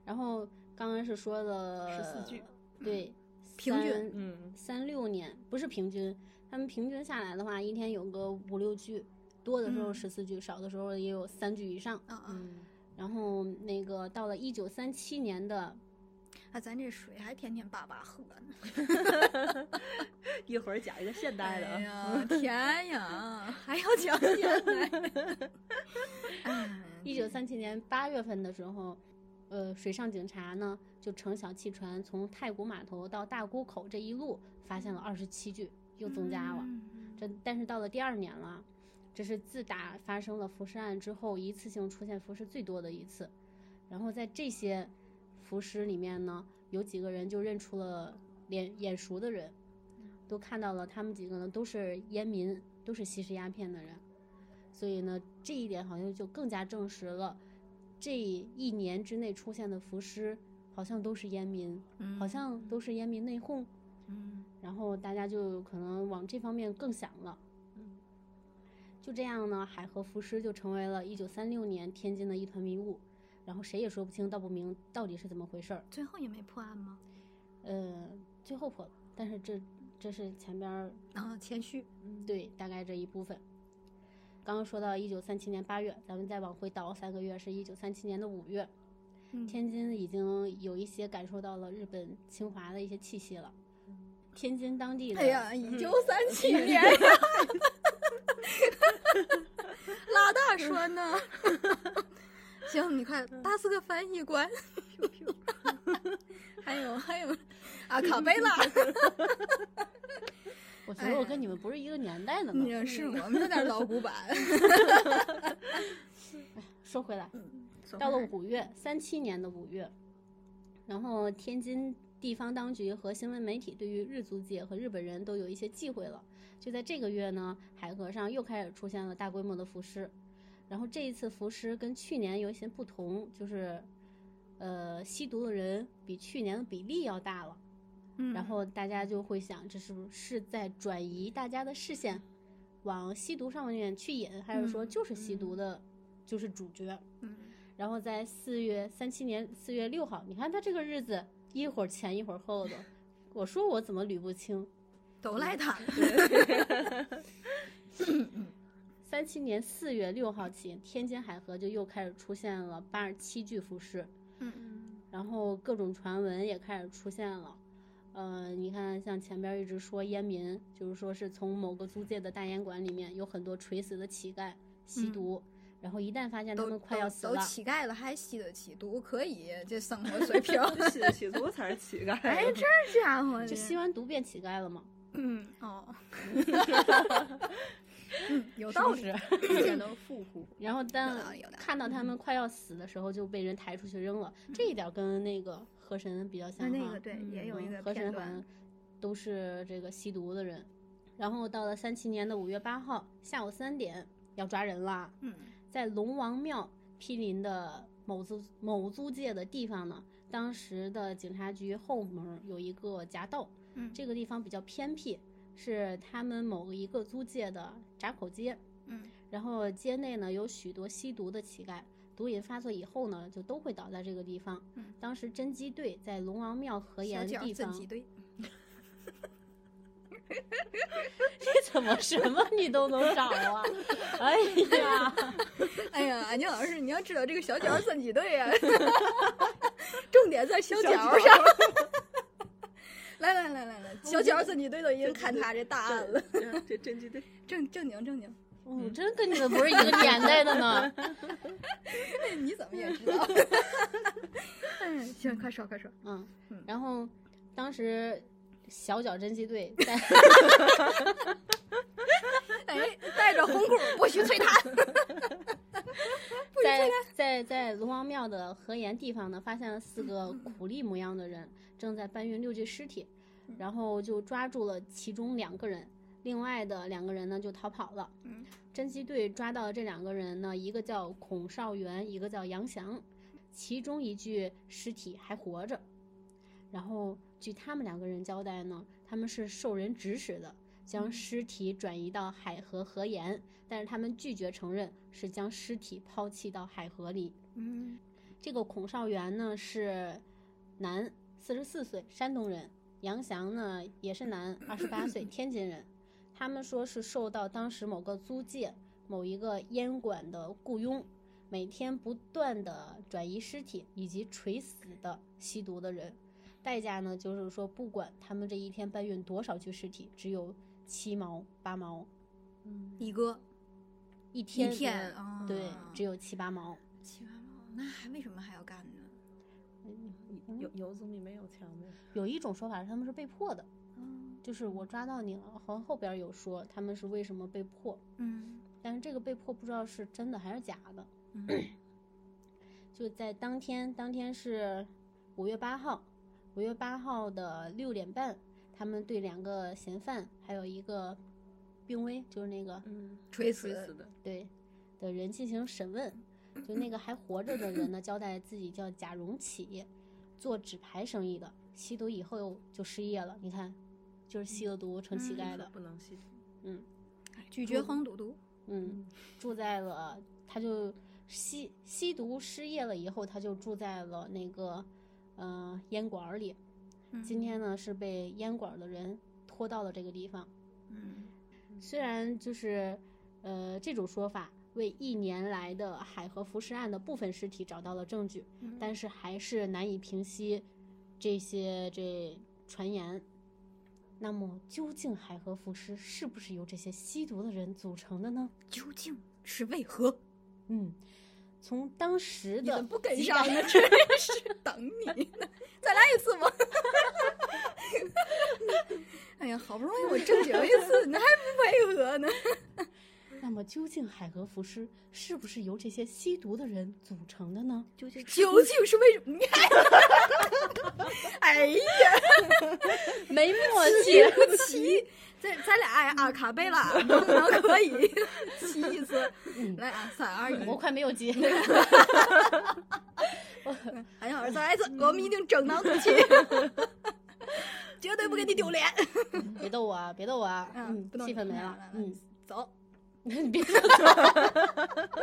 B: 然后刚刚是说了
C: 14具，
B: 对，
A: 嗯平均
B: 三
C: 嗯，
B: 三六年不是平均，他们平均下来的话，一天有个五六句，多的时候
A: 嗯
B: 十四句，少的时候也有三句以上。
A: 啊啊，
B: 然后那个到了一九三七年的，
A: 啊，咱这水还天天叭叭喝呢。
C: 一会儿讲一个现代的
A: 哎
C: 啊，
A: 呀，天呀，还要讲现代。哎
B: 一九三七年八月份的时候，呃，水上警察呢就乘小汽船从太谷码头到大沽口这一路发现了二十七具，又增加了。
A: 嗯
B: 这但是到了第二年了，这是自打发生了浮尸案之后，一次性出现浮尸最多的一次。然后在这些浮尸里面呢，有几个人就认出了脸眼熟的人，都看到了他们几个呢都是烟民，都是吸食鸦片的人。所以呢，这一点好像就更加证实了，这一年之内出现的浮尸好像都是烟民，
A: 嗯
B: 好像都是烟民内讧。
A: 嗯
B: 然后大家就可能往这方面更想了。
A: 嗯
B: 就这样呢，海河浮尸就成为了一九三六年天津的一团迷雾，然后谁也说不清道不明到底是怎么回事儿。
A: 最后也没破案吗？
B: 呃，最后破了，但是这这是前边儿
A: 啊，谦虚。
B: 对大概这一部分。刚刚说到一九三七年八月，咱们再往回倒三个月，是一九三七年的五月，
A: 嗯
B: 天津已经有一些感受到了日本侵华的一些气息了。天津当地
A: 嗯
B: 的，
A: 哎呀，一九 三七年呀， 老大说呢。行，你快
B: 嗯
A: 巴斯克翻译官。还有还有，啊，卡贝拉，
B: 我觉得我跟你们不是一个年代的呢。
A: 你是我们有点老古板。
B: 说回来，
A: 嗯
B: 到了五月，三七年的五月，然后天津地方当局和新闻媒体对于日租界和日本人都有一些忌讳了。就在这个月呢，海河上又开始出现了大规模的浮尸，然后这一次浮尸跟去年有一些不同，就是，呃，吸毒的人比去年的比例要大了。
A: 嗯
B: 然后大家就会想，这是不是在转移大家的视线，往吸毒上面去引，还是说
A: 嗯
B: 就是吸毒的，就是主角？
A: 嗯
B: 然后在四月三七年四月六号，你看他这个日子一会儿前一会儿后的，我说我怎么捋不清？
A: 都赖他。
B: 嗯三七年四月六号起，天津海河就又开始出现了八十七具浮尸，
A: 嗯
B: 然后各种传闻也开始出现了。呃，你看，像前边一直说烟民，就是说是从某个租界的大烟馆里面有很多垂死的乞丐吸
A: 嗯
B: 毒，然后一旦发现他
A: 都
B: 们快要
A: 都
B: 死
A: 都
B: 了，
A: 乞丐了，还吸得起毒，可以这生活水 平。
C: 起起足才是乞丐。
A: 哎，这家伙
B: 就吸完毒变乞丐了嘛，
A: 嗯 哦，嗯有道理。
B: 是？嗯
C: 变得富户，
B: 然后
A: 有
B: 当
A: 道理有道理嗯
B: 看到他们快要死的时候，就被人抬出去扔了。这一点跟那个河神比较像
A: 啊那
B: 哈。
A: 那个对，也有一
B: 嗯
A: 个
B: 河
A: 片
B: 神好像
A: 段。
B: 都是这个吸毒的人。然后到了三七年的五月八号下午三点，要抓人啦。
A: 嗯
B: 在龙王庙毗邻的某租某租界的地方呢，当时的警察局后门有一个夹道，
A: 嗯
B: 这个地方比较偏僻，是他们某一个租界的闸口街。
A: 嗯
B: 然后街内呢有许多吸毒的乞丐，毒瘾发作以后呢，就都会倒在这个地方。
A: 嗯
B: 当时侦缉队在龙王庙河
A: 小
B: 沿
A: 脚
B: 地
A: 正
B: 方，
A: 极
B: 你
A: 对，
B: 怎么什么你都能找啊？ 哎呀，
A: 哎呀，安静老师，你要知道这个小脚正 极对呀，重点在小脚上。 来来来 来来，小饺子，你对抖音看他这大案了，
C: 这这真绝对。
A: 正正经正经，
B: 我嗯真跟你们不是一个年代的呢。
A: 哎你怎么也知 道？ 哎，行，快说快说，
B: 嗯
A: 嗯，
B: 然后当时小脚侦缉队在
A: 哎，带着红箍不许催 他，
B: 在在在卢王庙的河沿地方呢，发现了四个苦力模样的人正在搬运六具尸体，然后就抓住了其中两个人，另外的两个人呢就逃跑了。
A: 嗯
B: 侦缉队抓到的这两个人呢，一个叫孔少元，一个叫杨翔，其中一具尸体还活着。然后据他们两个人交代呢，他们是受人指使的，将尸体转移到海河河沿，但是他们拒绝承认是将尸体抛弃到海河里。
A: 嗯
B: 这个孔少元呢是男，四十四岁，山东人；杨翔呢也是男，二十八岁，天津人。他们说是受到当时某个租界某一个烟馆的雇佣，每天不断的转移尸体以及垂死的吸毒的人。代价呢，就是说不管他们这一天搬运多少具尸体，只有七毛八毛，
A: 一哥
B: 一
A: 嗯一
B: 天
A: 天啊，
B: 对，只有七八毛。
A: 七八毛，那还为什么还要干呢？
C: 游游族里没有强的，
B: 有一种说法是他们是被迫的，就是我抓到你了，好像后边有说他们是为什么被迫，
A: 嗯
B: 但是这个被迫不知道是真的还是假的。
A: 嗯
B: 就在当天，当天是五月八号，五月八号的六点半，他们对两个嫌犯还有一个病危，就是那个
C: 嗯，
A: 垂死
C: 垂死的，
B: 对的人进行审问。就那个还活着的人呢，交代自己叫贾荣启，做纸牌生意的，吸毒以后就失业了。你看，就是吸了毒成乞
A: 嗯
B: 丐
C: 说
B: 的，
C: 不能吸毒。
B: 嗯
A: 哎拒绝黄赌毒，
B: 嗯，住在了，他就吸吸毒失业了以后，他就住在了那个呃烟馆儿里。
A: 嗯
B: 今天呢是被烟馆儿的人拖到了这个地方。
A: 嗯
B: 虽然就是呃这种说法为一年来的海河浮尸案的部分尸体找到了证据，
A: 嗯
B: 但是还是难以平息这些这传言。那么，究竟海河浮尸是不是由这些吸毒的人组成的呢？
A: 究竟是为何？
B: 嗯，从当时
A: 你
B: 的
A: 怎么不跟
B: 几
A: 上
B: 百
A: 呢？真是等你呢，再来一次吗？ 哎呀，好不容易我正经一次，你还不配合呢？
B: 那么究竟海河浮尸是不是由这些吸毒的人组成 的呢？
C: 究竟是
A: 究竟是为什么？你还哎呀，
B: 没默契
A: 对 不起，这咱俩哎啊卡贝拉能不能可以起一次？来啊，三二一，
B: 我快没有接。
A: 韩小老师哎再来一次，我们一定争当 出去，绝对不给你丢脸。
B: 别逗我啊！别逗我啊！
A: 嗯不逗
B: 气
A: 你
B: 氛没
A: 来
B: 了
A: 来来。
B: 嗯，
A: 走，
B: 你别说走，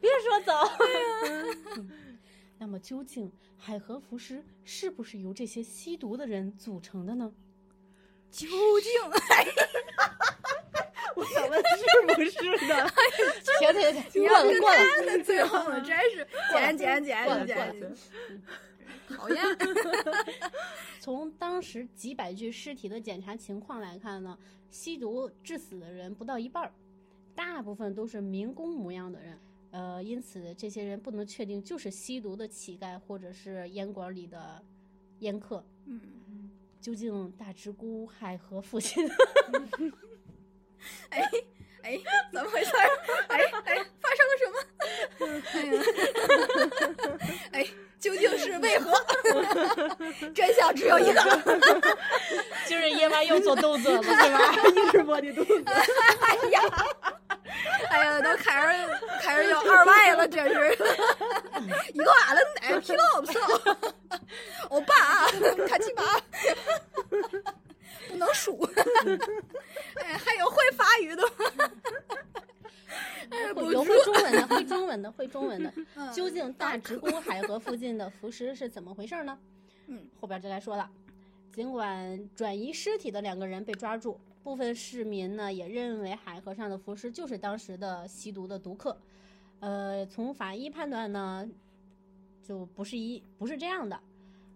B: 别说走。嗯那么，究竟海河浮尸是不是由这些吸毒的人组成的呢？
A: 究竟哎
C: 我想问 是不是的？
B: 停停停！
A: 你
B: 过
A: 要
B: 了
A: 跟
B: 过了。
A: 他的最后了，真是捡捡
C: 哎
A: 捡
B: 过了过
A: 捡
B: 了
A: 捡，讨厌。
B: 从当时几百具尸体的检查情况来看呢，吸毒致死的人不到一半儿，大部分都是民工模样的人。呃，因此这些人不能确定就是吸毒的乞丐或者是烟馆里的烟客。
A: 嗯，
B: 究竟大直沽海河附近
A: 哎哎，怎么回事儿？哎哎，发生了什么？
B: 嗯
A: 哎呀，哎，究竟是为何？ 真相只有一个。
B: 就是夜晚又做动作了，是吗？
C: 硬 是摸你肚子，
A: 哎呀，哎呀，都开始开始有二外了，真是， 一个娃了， 哎，皮老皮老，欧巴 啊，看起吧， 不能输， 哎，还有会法语的吗，哎，不
B: 有
A: 输
B: 会，中文的，会中文的，会中文的。
A: 嗯
B: 究竟大直沽海河附近的浮尸是怎么回事呢？
A: 嗯，
B: 后边就该说了。尽管转移尸体的两个人被抓住，部分市民呢也认为海河上的浮尸就是当时的吸毒的毒客。呃，从法医判断呢，就不是一不是这样的。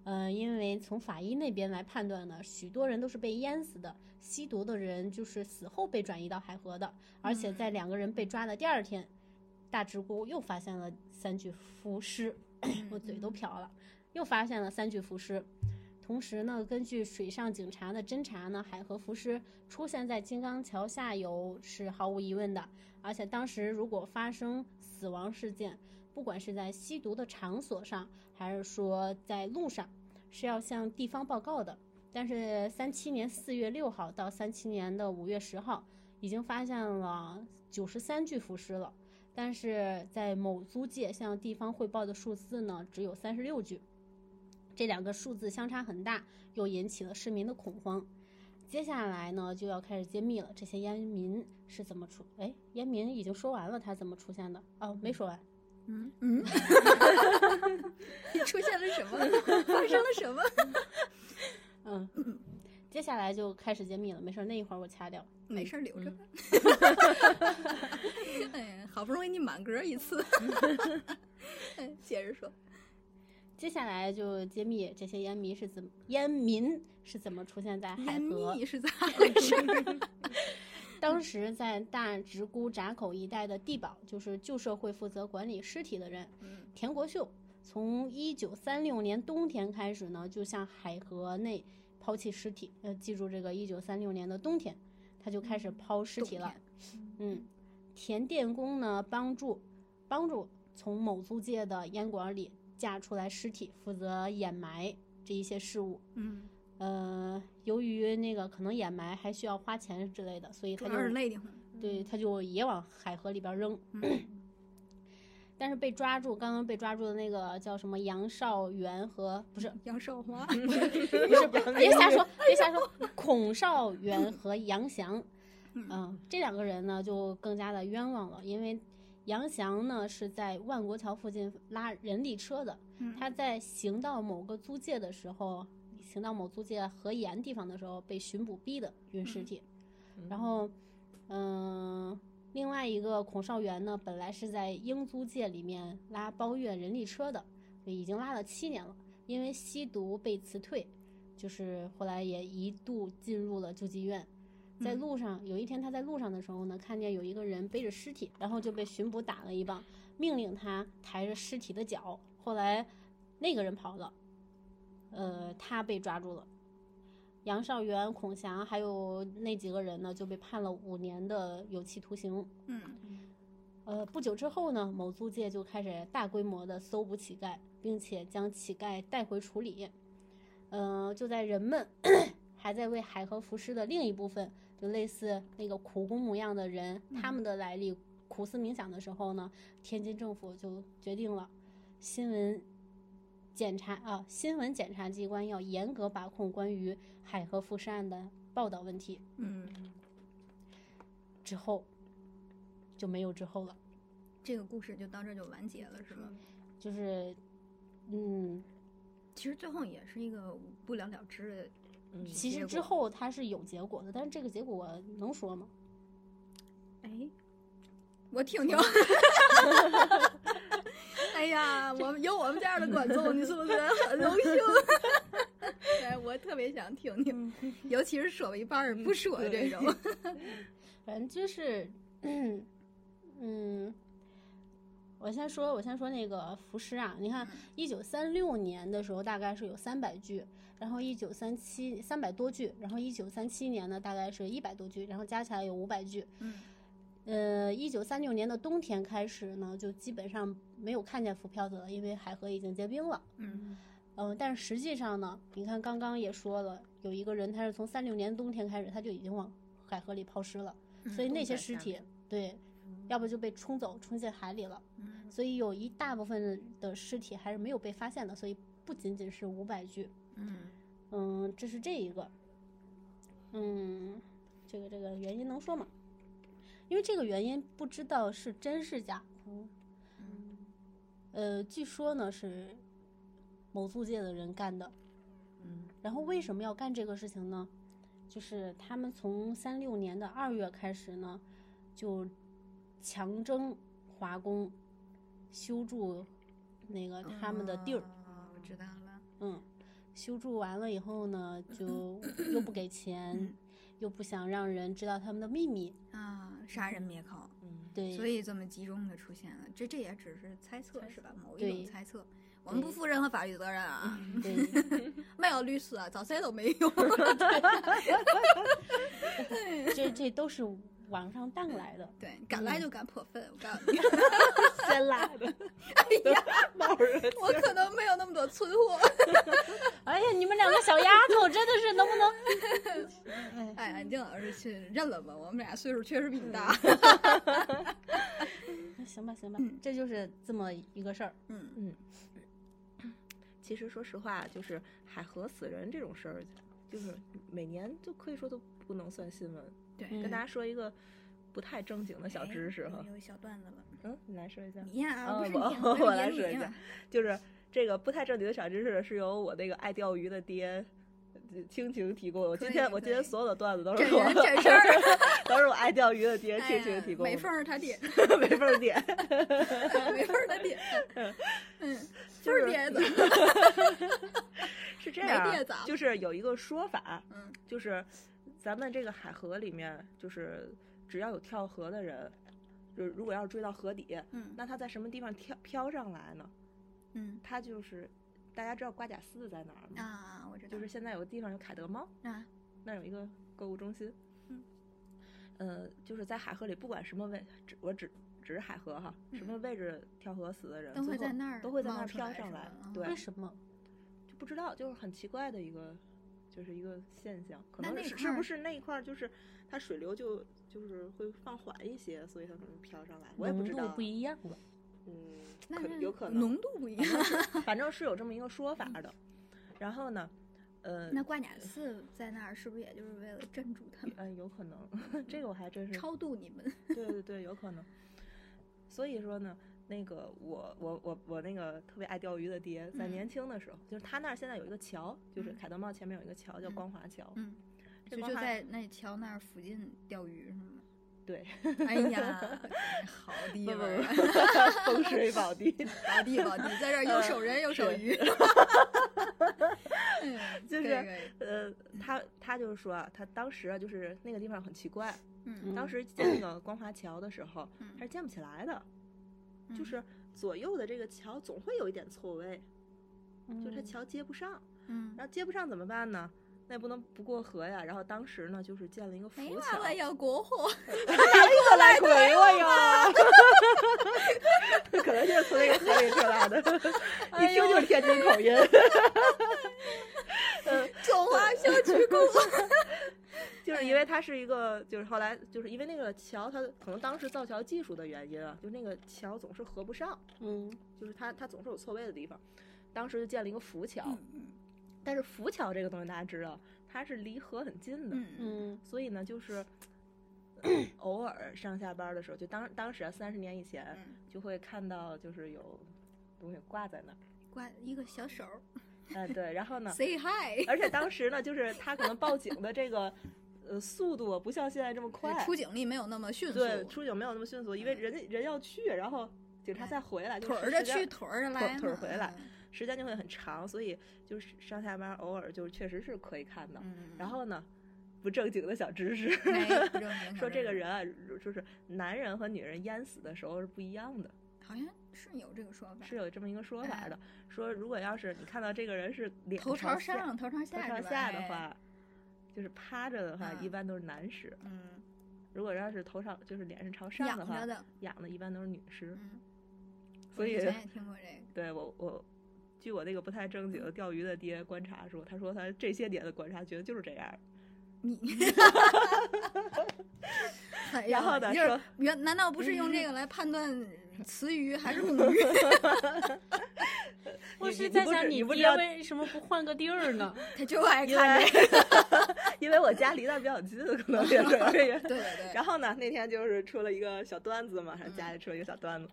B: 呃，因为从法医那边来判断呢，许多人都是被淹死的，吸毒的人就是死后被转移到海河的，而且在两个人被抓的第二天，大直姑又发现了三具浮尸，我嘴都瓢了，又发现了三具浮尸。同时呢，根据水上警察的侦查呢，海河浮尸出现在金刚桥下游是毫无疑问的。而且当时如果发生死亡事件，不管是在吸毒的场所上，还是说在路上，是要向地方报告的。但是三七年四月六号到三七年的五月十号，已经发现了九十三具浮尸了，但是在某租界向地方汇报的数字呢，只有三十六具。这两个数字相差很大，又引起了市民的恐慌。接下来呢，就要开始揭秘了，这些烟民是怎么出？哎，烟民已经说完了，他怎么出现的？哦，没说完。
A: 嗯嗯， 你出现了什 么？发生了什么？
B: 嗯，接下来就开始揭秘了，没事儿，那一会儿我掐掉。
A: 没事儿留 着吧。哎呀，好不容易你满格一次， 哎接着说。
B: 接下来就揭秘这些烟民是怎么烟民是怎么出现在海
A: 烟
B: 河。
A: 蜜是咋回事？
B: 当时在大直沽闸口一带的地保，就是旧社会负责管理尸体的人，
A: 嗯
B: 田国秀从一九三六年冬天开始呢，就向海河内抛弃尸体。呃，记住这个一九三六年的冬天，他就开始抛尸体了。嗯，田电工呢帮助帮助从某租界的烟馆里架出来尸体，负责掩埋这一些事务。
A: 嗯，
B: 呃，由于那个可能掩埋还需要花钱之类的，所以
A: 主
B: 他
A: 要
B: 就是
A: 累得慌。 嗯
B: 对，他就也往海河里边扔。 但是被抓住，刚刚被抓住的那个叫什么杨少元和不是
A: 杨少华，
B: 嗯不是，不是别瞎说，别瞎说，孔少元和杨翔，
A: 嗯
B: 嗯，这两个人呢就更加的冤枉了，因为杨翔呢是在万国桥附近拉人力车的，
A: 嗯
B: 他在行到某个租界的时候，行到某租界河沿地方的时候被巡捕逼的运尸体，
C: 嗯
B: 然后，嗯、另外一个孔少元呢，本来是在英租界里面拉包月人力车的，就已经拉了七年了，因为吸毒被辞退，就是后来也一度进入了救济院。在
A: 嗯
B: 路上，有一天他在路上的时候呢，看见有一个人背着尸体，然后就被巡捕打了一棒，命令他抬着尸体的脚。后来那个人跑了，呃，他被抓住了。杨少元、孔祥还有那几个人呢，就被判了五年的有期徒刑。
A: 嗯
B: 呃，不久之后呢，某租界就开始大规模的搜捕乞丐，并且将乞丐带回处理。呃，就在人们 还在为海河浮尸的另一部分，就类似那个苦工模样的人，他们的来历苦思冥想的时候呢，天津政府就决定了，新闻检察啊，新闻检察机关要严格把控关于海河浮尸案的报道问题。
A: 嗯，
B: 之后就没有之后了。
A: 这个故事就到这儿就完结了，是吗？
B: 就是，嗯，
A: 其实最后也是一个不了了之的，
C: 嗯
B: 其
A: 结
B: 实之
A: 果
B: 后它是有结果的，但是这个结果能说吗？
A: 哎，我听听。 哎呀，我们有我们这样的观众，你是不是很荣 幸？哎，我特别想听听，
B: 嗯
A: 尤其是说了一半儿不说的这种。
B: 反正就是， 嗯，我先说，我先说那个浮尸啊，你看，
A: 嗯
B: 一九三六年的时候大概是有三百具，然后一九三七三百多具，然后一九三七年呢大概是一百多具，然后加起来有五百具。
A: 嗯
B: 呃，一九三六年的冬天开始呢，就基本上没有看见浮漂子了，因为海河已经结冰了。
A: 嗯
B: 嗯，但是实际上呢，你看刚刚也说了，有一个人他是从三六年冬天开始，他就已经往海河里抛尸了，
A: 嗯
B: 所以那些尸体对，要不就被冲走冲进海里了，
A: 嗯
B: 所以有一大部分的尸体还是没有被发现的，所以不仅仅是五百具，
A: 嗯，
B: 嗯，这是这一个，嗯，这个这个原因能说吗？因为这个原因不知道是真是假，嗯，呃，据说呢是某租界的人干的，
C: 嗯，
B: 然后为什么要干这个事情呢？就是他们从三六年的二月开始呢，就强征华工修筑那个他们的地儿，
A: 啊哦我知道了。
B: 嗯，修筑完了以后呢， 就又不给钱
A: 嗯，
B: 又不想让人知道他们的秘密，
A: 啊，杀人灭口，
C: 嗯，
B: 对，
A: 所以这么集中的出现了。这这也只是猜测
C: 猜
A: 是吧？某一
B: 对
A: 种猜测，我们不
B: 对
A: 负任何法律责任啊，
C: 嗯
B: 对，
A: 没有律师啊，找谁都没 用。，
B: 这这都是网上荡来的
A: 对，敢
C: 嗯
A: 来就敢泼粪，我告诉你，
B: 先拉 的。
C: 哎冒人
A: 我可能没有那么多存货。
B: 哎呀，你们两个小丫头真的是能不 能？
A: 哎，安静老师去认了吧，我们俩岁数确实比你大。
B: 那行吧，行吧
A: 嗯，
B: 这就是这么一个事儿。
A: 嗯，
C: 其实说实话，就是海河死人这种事儿，就是每年就可以说都不能算新闻。
A: 对，
B: 嗯
C: 跟大家说一个不太正经的小知识哈
A: 哎，有一小段子吧。
C: 嗯，你来说一下，
A: 你呀、
C: 啊
A: 不是你呀，
C: 我
A: 不是
C: 我来
A: 你
C: 说一
A: 你
C: 下
A: 呀
C: 就是这个不太正经的小知识是由我那个爱钓鱼的爹。呃亲情提供的，我
A: 可以
C: 今天我
A: 可以
C: 今天所有的段子都
A: 真
C: 是我
A: 人真事儿，
C: 都是我爱钓鱼的爹
A: 哎
C: 亲情
A: 呀
C: 提供的，
A: 美凤儿她爹，
C: 没缝 儿点，
A: 美凤儿她爹，嗯，凤
C: 就
A: 儿
C: 是
A: 爹子，
C: 是这
A: 没
C: 样
A: 地儿咋
C: 儿，就是有一个说法，
A: 嗯
C: 就是咱们这个海河里面，就是只要有跳河的人，就是如果要是追到河底，
A: 嗯
C: 那他在什么地方跳飘上来呢？
A: 嗯
C: 他就是大家知道刮甲丝在哪儿吗？
A: 啊，我知道，
C: 就是现在有个地方有凯德猫，
A: 啊，
C: 那儿有一个购物中心，
A: 嗯，
C: 呃，就是在海河里，不管什么位，只我只只是海河哈，什么位置跳河死的人，
A: 嗯都会
C: 最后
A: 在那儿
C: 都会在那
A: 冒
C: 儿
A: 出
C: 飘
A: 来
C: 上
A: 是
C: 来
A: 吧，嗯
C: 对
B: 为，什么？
C: 就不知道，就是很奇怪的一个，就是一个现象，可
A: 那
C: 能
A: 那
C: 是
A: 块
C: 是
A: 儿
C: 不是那一块儿就是它水流就就是会放缓一些，所以它可能飘上来，我也不
B: 浓
C: 知道
B: 度
C: 啊，
B: 不一样了。
C: 嗯，
A: 那
C: 可
A: 是
C: 有可能，
A: 浓度不一样。
C: 反正是有这么一个说法的。然后呢，呃，
A: 那挂甲寺在那儿是不是也就是为了镇住他们，
C: 嗯，有可能， 这个我还真是
A: 超度你们？
C: 对对对，有可能。所以说呢，那个我我我我那个特别爱钓鱼的爹，在
A: 嗯
C: 年轻的时候，就是他那儿现在有一个桥，就是
A: 嗯
C: 凯德茂前面有一个桥叫
A: 嗯
C: 光华桥，
A: 嗯，
C: 哦这
A: 就
C: 光
A: 就
C: 华
A: 在那桥那儿附近钓鱼是吗？
C: 对，
A: 哎呀，好地
C: 不
A: 方
C: 不
A: 儿啊，
C: 不，风水宝地，
A: 好地方，你在这儿又守人又守
C: 是
A: 鱼， 嗯，
C: 就是
A: 可以可以
C: 呃，他他就是说啊，他当时啊，就是那个地方很奇怪，
A: 嗯
C: 当时建那个光华桥的时候，
A: 嗯
C: 它是建不起来的，
A: 嗯
C: 就是左右的这个桥总会有一点错位，就是它
B: 嗯
C: 桥接不上，
A: 嗯，
C: 然后接不上怎么办呢？那也不能不过河呀。然后当时呢，就是建了一个浮
A: 哎呀，
C: 桥，哎
A: 我要国货，
C: 又来鬼我呀！可能就是从那个河里出来的，一听就是天津口音。
A: 中华小曲库，
C: 就是因为它是一个，就是后来就是因为那个桥，它可能当时造桥技术的原因啊，就那个桥总是合不上，
B: 嗯，
C: 就是它它总是有错位的地方。当时就建了一个浮桥，
A: 嗯
C: 但是浮桥这个东西大家知道，它是离河很近的，
A: 嗯
B: 嗯
C: 所以呢，就是偶尔上下班的时候，就当当时啊，三十年以前、
A: 嗯，
C: 就会看到就是有东西挂在 那儿，
A: 挂一个小手儿
C: 哎、对，然后呢，
A: ，say hi，
C: 而且当时呢，就是他可能报警的这个呃速度啊不像现在这么快，
A: 出警力没有那么迅速，嗯
C: 对，出警没有那么迅速，因为人家人要去，然后警察再回来，就
A: 腿
C: 是
A: 儿着
C: 时间
A: 去，腿儿着
C: 腿
A: 来嘛，
C: 腿儿回来时间就会很长，所以就是上下班偶尔就确实是可以看到。
A: 嗯，
C: 然后呢，不正经的小知识，
A: 哎不正经
C: 说这个
A: 可正经
C: 人啊，如就是男人和女人淹死的时候是不一样的，
A: 好像是有这个说法，
C: 是有这么一个说法的。说如果要是你看到这个人是脸
A: 嗯头朝
C: 下、
A: 上，头朝
C: 头
A: 下，
C: 朝
A: 是吧
C: 下的，
A: 哎
C: 话，就是趴着的话，
A: 嗯
C: 一般都是男尸；
A: 嗯，
C: 如果要是头上就是脸是朝上
A: 仰
C: 的话
A: 着，的，
C: 仰的一般都是女尸。
A: 嗯，
C: 所以
A: 我以前也听过 这个，
C: 对我我，据我那个不太正经的钓鱼的爹观察说，他说他这些年的观察觉得就是这样。
A: 你。哎呀
C: 然后呢
A: 就是
C: 说嗯
A: 原难道不是用这个来判断雌鱼还是 母鱼？
B: 我
C: 你
B: 是
C: 你
B: 在
C: 不知
B: 想
C: 你不知
B: 爹
C: 道
B: 为什么不换个地儿 呢？
A: 他就爱
C: 因
A: 看
C: 为
A: 这个。
C: 因为我家离那儿比较近，可 能也主要这个。
A: 对对对，
C: 然后呢，那天就是出了一个小段子嘛，还是家里出了一个小段子。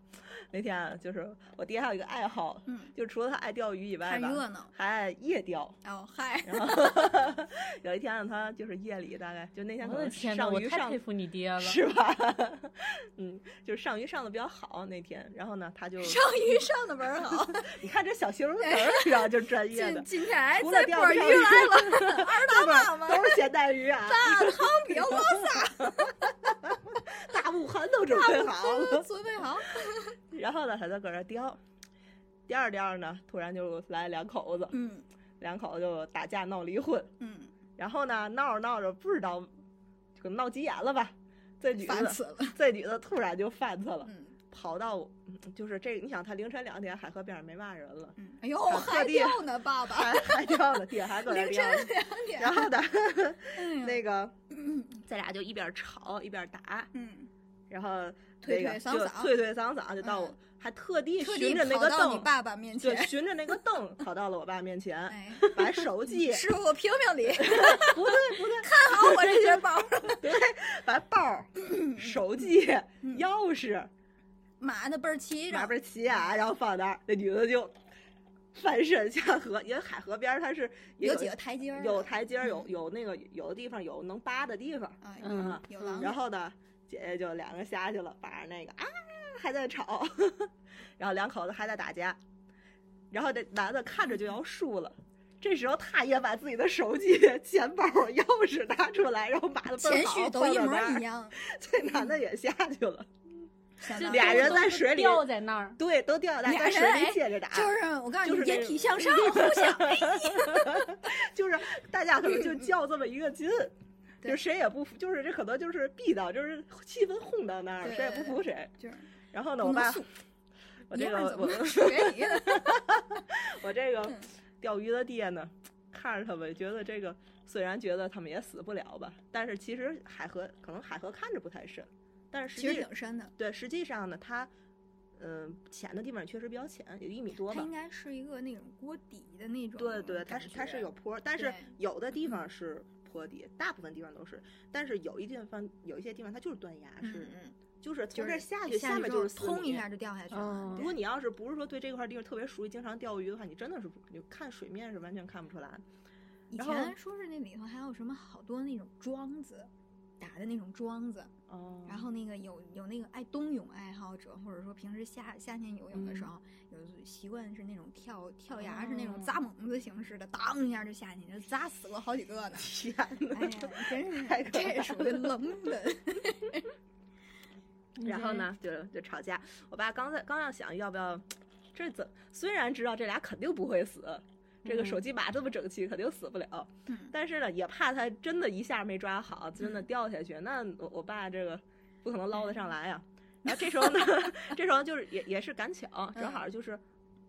C: 那天啊，就是我爹还有一个爱好，
A: 嗯，
C: 就除了嗯他爱钓鱼以外
A: 看
C: 吧，
A: 热闹。
C: 还爱夜钓。
A: 哦，嗨，
C: 然后 有一天呢，他就是夜里大概就那天可
B: 我的
C: 能
B: 天呐，
C: 上
B: 我
C: 鱼
B: 太
C: 上
B: 佩服你 爹了。
C: 是吧？嗯，就是上鱼上的比较好那天。然后呢，他就
A: 上鱼上的门儿好，
C: 你看这小星儿，然后就是专业的
A: 进。哎进台
C: 除了
A: 再
C: 钓
A: 波
C: 不
A: 鱼
C: 上
A: 来了，
C: 对吧？都是咸带鱼啊，
A: 别忘
C: 大木盘都准备好
A: 了
C: 了。
A: 准备好。
C: 然后呢，他就搁那叼，叼着叼着呢，突然就来两口子，
A: 嗯
C: 两口子就打架闹离婚。
A: 嗯，
C: 然后呢，闹着闹着不知道，就闹急眼了吧？这女
A: 烦
C: 的，
A: 死 了。
C: 这女的突然就翻车了，
A: 嗯
C: 跑到嗯就是这，你想她凌晨两点海河边儿没嘛人了，
A: 嗯，哎呦，
C: 啊
A: 还
C: 特地
A: 掉呢，爸爸。
C: 还还掉了，底下还搁那
A: 凌
C: 撂
A: 晨
C: 着。
A: 两点。
C: 然后呢，
A: 哎呦
C: 那个
A: 嗯
C: 这俩就一边吵一边打，
A: 嗯，
C: 然后
A: 推推
C: 那个
A: 搡
C: 就
A: 搿
C: 推推搡搡就到我，
A: 嗯
C: 还特地
A: 特
C: 循
A: 地
C: 着那
A: 跑
C: 个
A: 到你
C: 灯，
A: 爸爸面
C: 对，
A: 前。
C: 循着那个灯跑到了我爸面前，
A: 哎，
C: 把手机
A: 师傅评评理，
C: 不对不对，
A: 看好我这些 包。
C: 把 包儿、手机、
A: 嗯
C: 钥匙
A: 码的倍儿齐
C: 拿
A: 整。
C: 边起啊，然后放那儿，那女的就翻身下河，因为海河边儿它是也
A: 有几个台阶儿？
C: 有台阶儿，有
A: 嗯
C: 有那个有的地方有能扒的地方，
A: 啊，
B: 嗯
A: 有有狼。
C: 然后呢，姐姐就两个人下去了，把着那个啊还在吵， 然后两口子还在打架，然后这男的看着就要输了。这时候，他也把自己的手机、钱包、钥匙拿出来，然后码的倍儿
A: 前
C: 好，
A: 序都
C: 放
A: 一
C: 到
A: 模
C: 那儿
A: 一。 样，
C: 这男的也下去了，
A: 想
B: 这
A: 到
C: 俩
B: 都
C: 人
B: 都
C: 在
B: 都
C: 水里
B: 掉在那儿，
C: 对，都掉在
A: 俩
C: 在水
A: 人
C: 里
A: 哎
C: 接着打，
A: 就是我告诉
C: 就是
A: 你，
C: 那
A: 引
C: 个
A: 体向上， 哎互相
C: 就是大家可 能就较这么一个劲，
A: 对
C: 就谁也不服，就是这可能就是逼到，就是气氛哄到那儿，
A: 对
C: 谁也不服谁。
A: 就是
C: 然后呢，
A: 不
C: 我
A: 能
C: 爸
A: 输，，
C: 我
A: 爷
C: 这
A: 们儿
C: 个
A: 怎么
C: 我
A: 能输给你？
C: 我这个
A: 嗯
C: 钓鱼的爹呢，看着他们觉得这个虽然觉得他们也死不了吧，但是其实海河可能海河看着不太深，但是
A: 其
C: 实
A: 实
C: 际
A: 挺深的，
C: 对实际上呢，它嗯、浅的地方确实比较浅，有一米多
A: 它
C: 吧
A: 应。该是一个那种锅底的那种
C: 对
A: 感觉。
C: 对，它是它是有坡，但是
A: 对
C: 有的地方是坡底，大部分地方都是，但是有一地方有一些地方它就是断崖
A: 嗯，
C: 式，
A: 嗯
C: 就是
A: 就
C: 从
A: 是
C: 这儿下去，下
A: 去之
C: 面
A: 后
C: 就是死
A: 通
C: 你
A: 一下就掉下去了
B: 嗯。
C: 如
A: 对
C: 果你要是不是说对这块地方特别熟悉，经常钓鱼的话，你真的是不你看水面是完全看不出来的。
A: 以
C: 然后
A: 前说是那里头还有什么好多那种桩子。打的那种桩子，
C: 哦
A: 然后那个有有那个爱冬泳爱好者，或者说平时夏夏天游泳的时候，
C: 嗯
A: 有习惯是那种跳跳崖，是那种
B: 哦
A: 扎猛子形式的，当一下就下去，就扎死过好几个 呢。
C: 天呐，
A: 哎呀，真是
C: 太可怕
A: 这属于冷门。
C: 然后呢，就就吵架。我爸刚在刚要想要不要，这怎虽然知道这俩肯定不会死，这个手机码这么整齐，肯定死不了，
A: 嗯
C: 但是呢，也怕他真的一下没抓好，真的掉下去，那我我爸这个不可能捞得上来呀、然后这时候呢， 这时候就是也也是赶巧，正好就是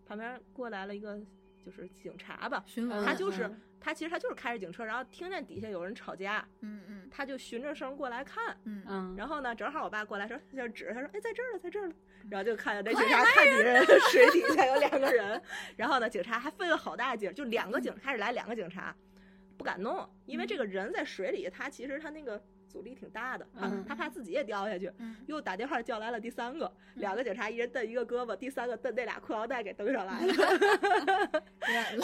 C: 旁边过来了一个就是警察吧，
A: 巡
B: 嗯
A: 逻，
C: 他就是
B: 嗯
C: 他其实他就是开着警车，然后听见底下有人吵架，
A: 嗯嗯
C: 他就循着声过来看。
A: 嗯嗯，
B: 嗯，
C: 然后呢，正好我爸过来说，他就指着他说：“哎，在这儿了，在这儿了。”然后就看见那
A: 嗯快
C: 警察看底人 水底下有两个人，然后呢，警察还费了好大劲儿，就两个警
A: 嗯
C: 开始来两个警察，不敢弄，因为这个人在水里，他其实他那个阻力挺大的，他
B: 嗯
C: 他怕自己也掉下去。
A: 嗯，
C: 又打电话叫来了第三个，
A: 嗯
C: 两个警察一人蹬一个胳膊，第三个蹬那俩裤腰带给蹬 上来了。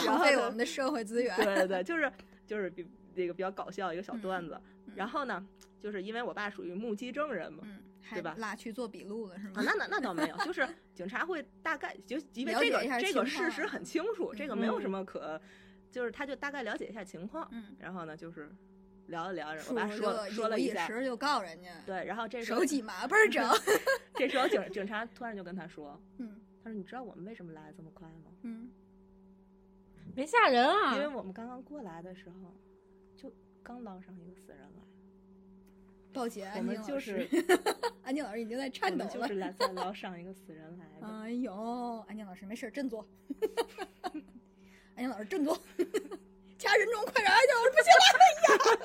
A: 浪费我们的社会资源。
C: 对对对，就是就是比那个比较搞笑一个小段子。
A: 嗯
C: 然后呢，就是因为我爸属于目击证人嘛，
A: 嗯，还
C: 对吧
A: 拉去做笔录了是
C: 啊，
A: 吗？
C: 那那那倒没 有，就是警察会大概就因为
A: 了
C: 这
A: 解
C: 个
A: 一下
C: 这个
A: 情
C: 事
A: 况
C: 实很清楚，这个
B: 嗯
C: 没有什么可，就是他就大概了解一下情况，
A: 嗯，
C: 然后呢就是聊了聊，我
A: 叔
C: 爸
A: 叔
C: 说了
A: 就
C: 说了
A: 一
C: 一下，
A: 时就告人家，
C: 对，然后这时候
A: 手起麻倍儿整。
C: 这时候警警察突然就跟他说，
A: 嗯
C: 他说你知道我们为什么来的这么快吗？
A: 嗯，
B: 没吓人
C: 因为
B: 啊，
C: 我们刚刚过来的时候，就刚捞上一个死人来，
A: 报警，
C: 我
A: 安静
C: 们
A: 老
C: 就
A: 师
C: 是
A: 安静老师已经在
C: 我
A: 颤抖
C: 们就
A: 了
C: 是。来再捞上一个死人来的。
A: 哎呦，安静老师没事儿，振作。 安静老师振作， 掐人中，快点！安静老师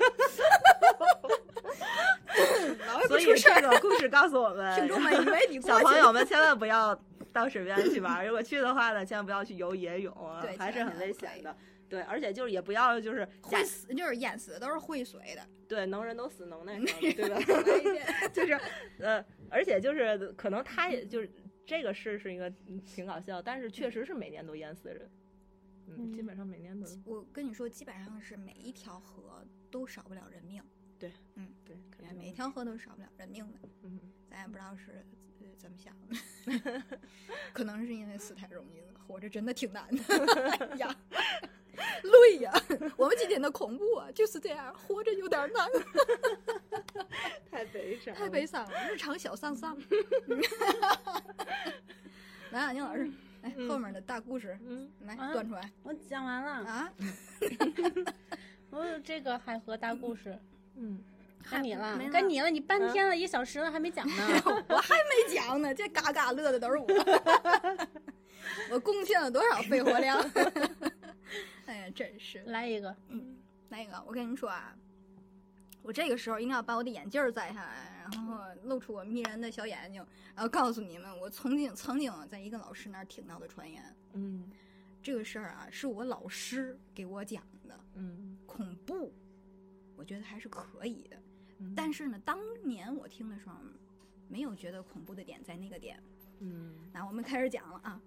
A: 哎
C: 所以这个故事告诉我们，
A: 听众们以为你过
C: 小
A: 去
C: 朋友们千万不要到水边去玩儿，如果去的话呢，千万不要去游野泳啊
A: 对，
C: 还是
A: 千万
C: 很
A: 不要
C: 危
A: 可
C: 险
A: 以
C: 的。对，而且就是也不要就是假
A: 会死，就是淹死的都是会水 的。
C: 对能人都死能 耐什么的，对吧？
A: 哎
C: 就是呃，而且就是可能他也就是这个事是一个嗯挺搞笑，但是确实是每年都淹死人，嗯，
B: 嗯
C: 基本上每年都
A: 我跟你说，基本上是每一条河都少不了人命，
C: 对，
A: 嗯，
C: 对，肯
A: 哎
C: 定
A: 每条河都少不了人命的，
C: 嗯，
A: 咱也不知道是呃怎么想的， 可能是因为死太容易了，活着真的 挺难的哎呀，累呀！我们今天的恐怖啊就是这样，活着有点难，
C: 太悲 伤，
A: 太悲，伤了，日常小丧丧。 来，安静老师，来后面的大故事，
B: 嗯，
A: 来
B: 啊嗯
A: 端出来
B: 我讲完了，
A: 啊！
B: 我有这个海河大故 事，
D: 嗯，
B: 该你了
A: 没，
B: 该你了，你半天了，一小时了还没讲呢。
A: 我还没讲呢，这嘎嘎乐的都是我，我贡献了多少肺活量？哎呀，真是
B: 来一 个，
A: 那个，我跟你说啊，我这个时候应该要把我的眼镜儿摘下来，然后露出我迷人的小眼睛，然后告诉你们，我曾经曾经在一个老师那儿听到的传言。
D: 嗯
A: 这个事儿啊，是我老师给我讲的，
D: 嗯，
A: 恐怖，我觉得还是可以的。
D: 嗯
A: 但是呢，当年我听的时候，没有觉得恐怖的点在那个点。
D: 嗯，
A: 那我们开始讲了啊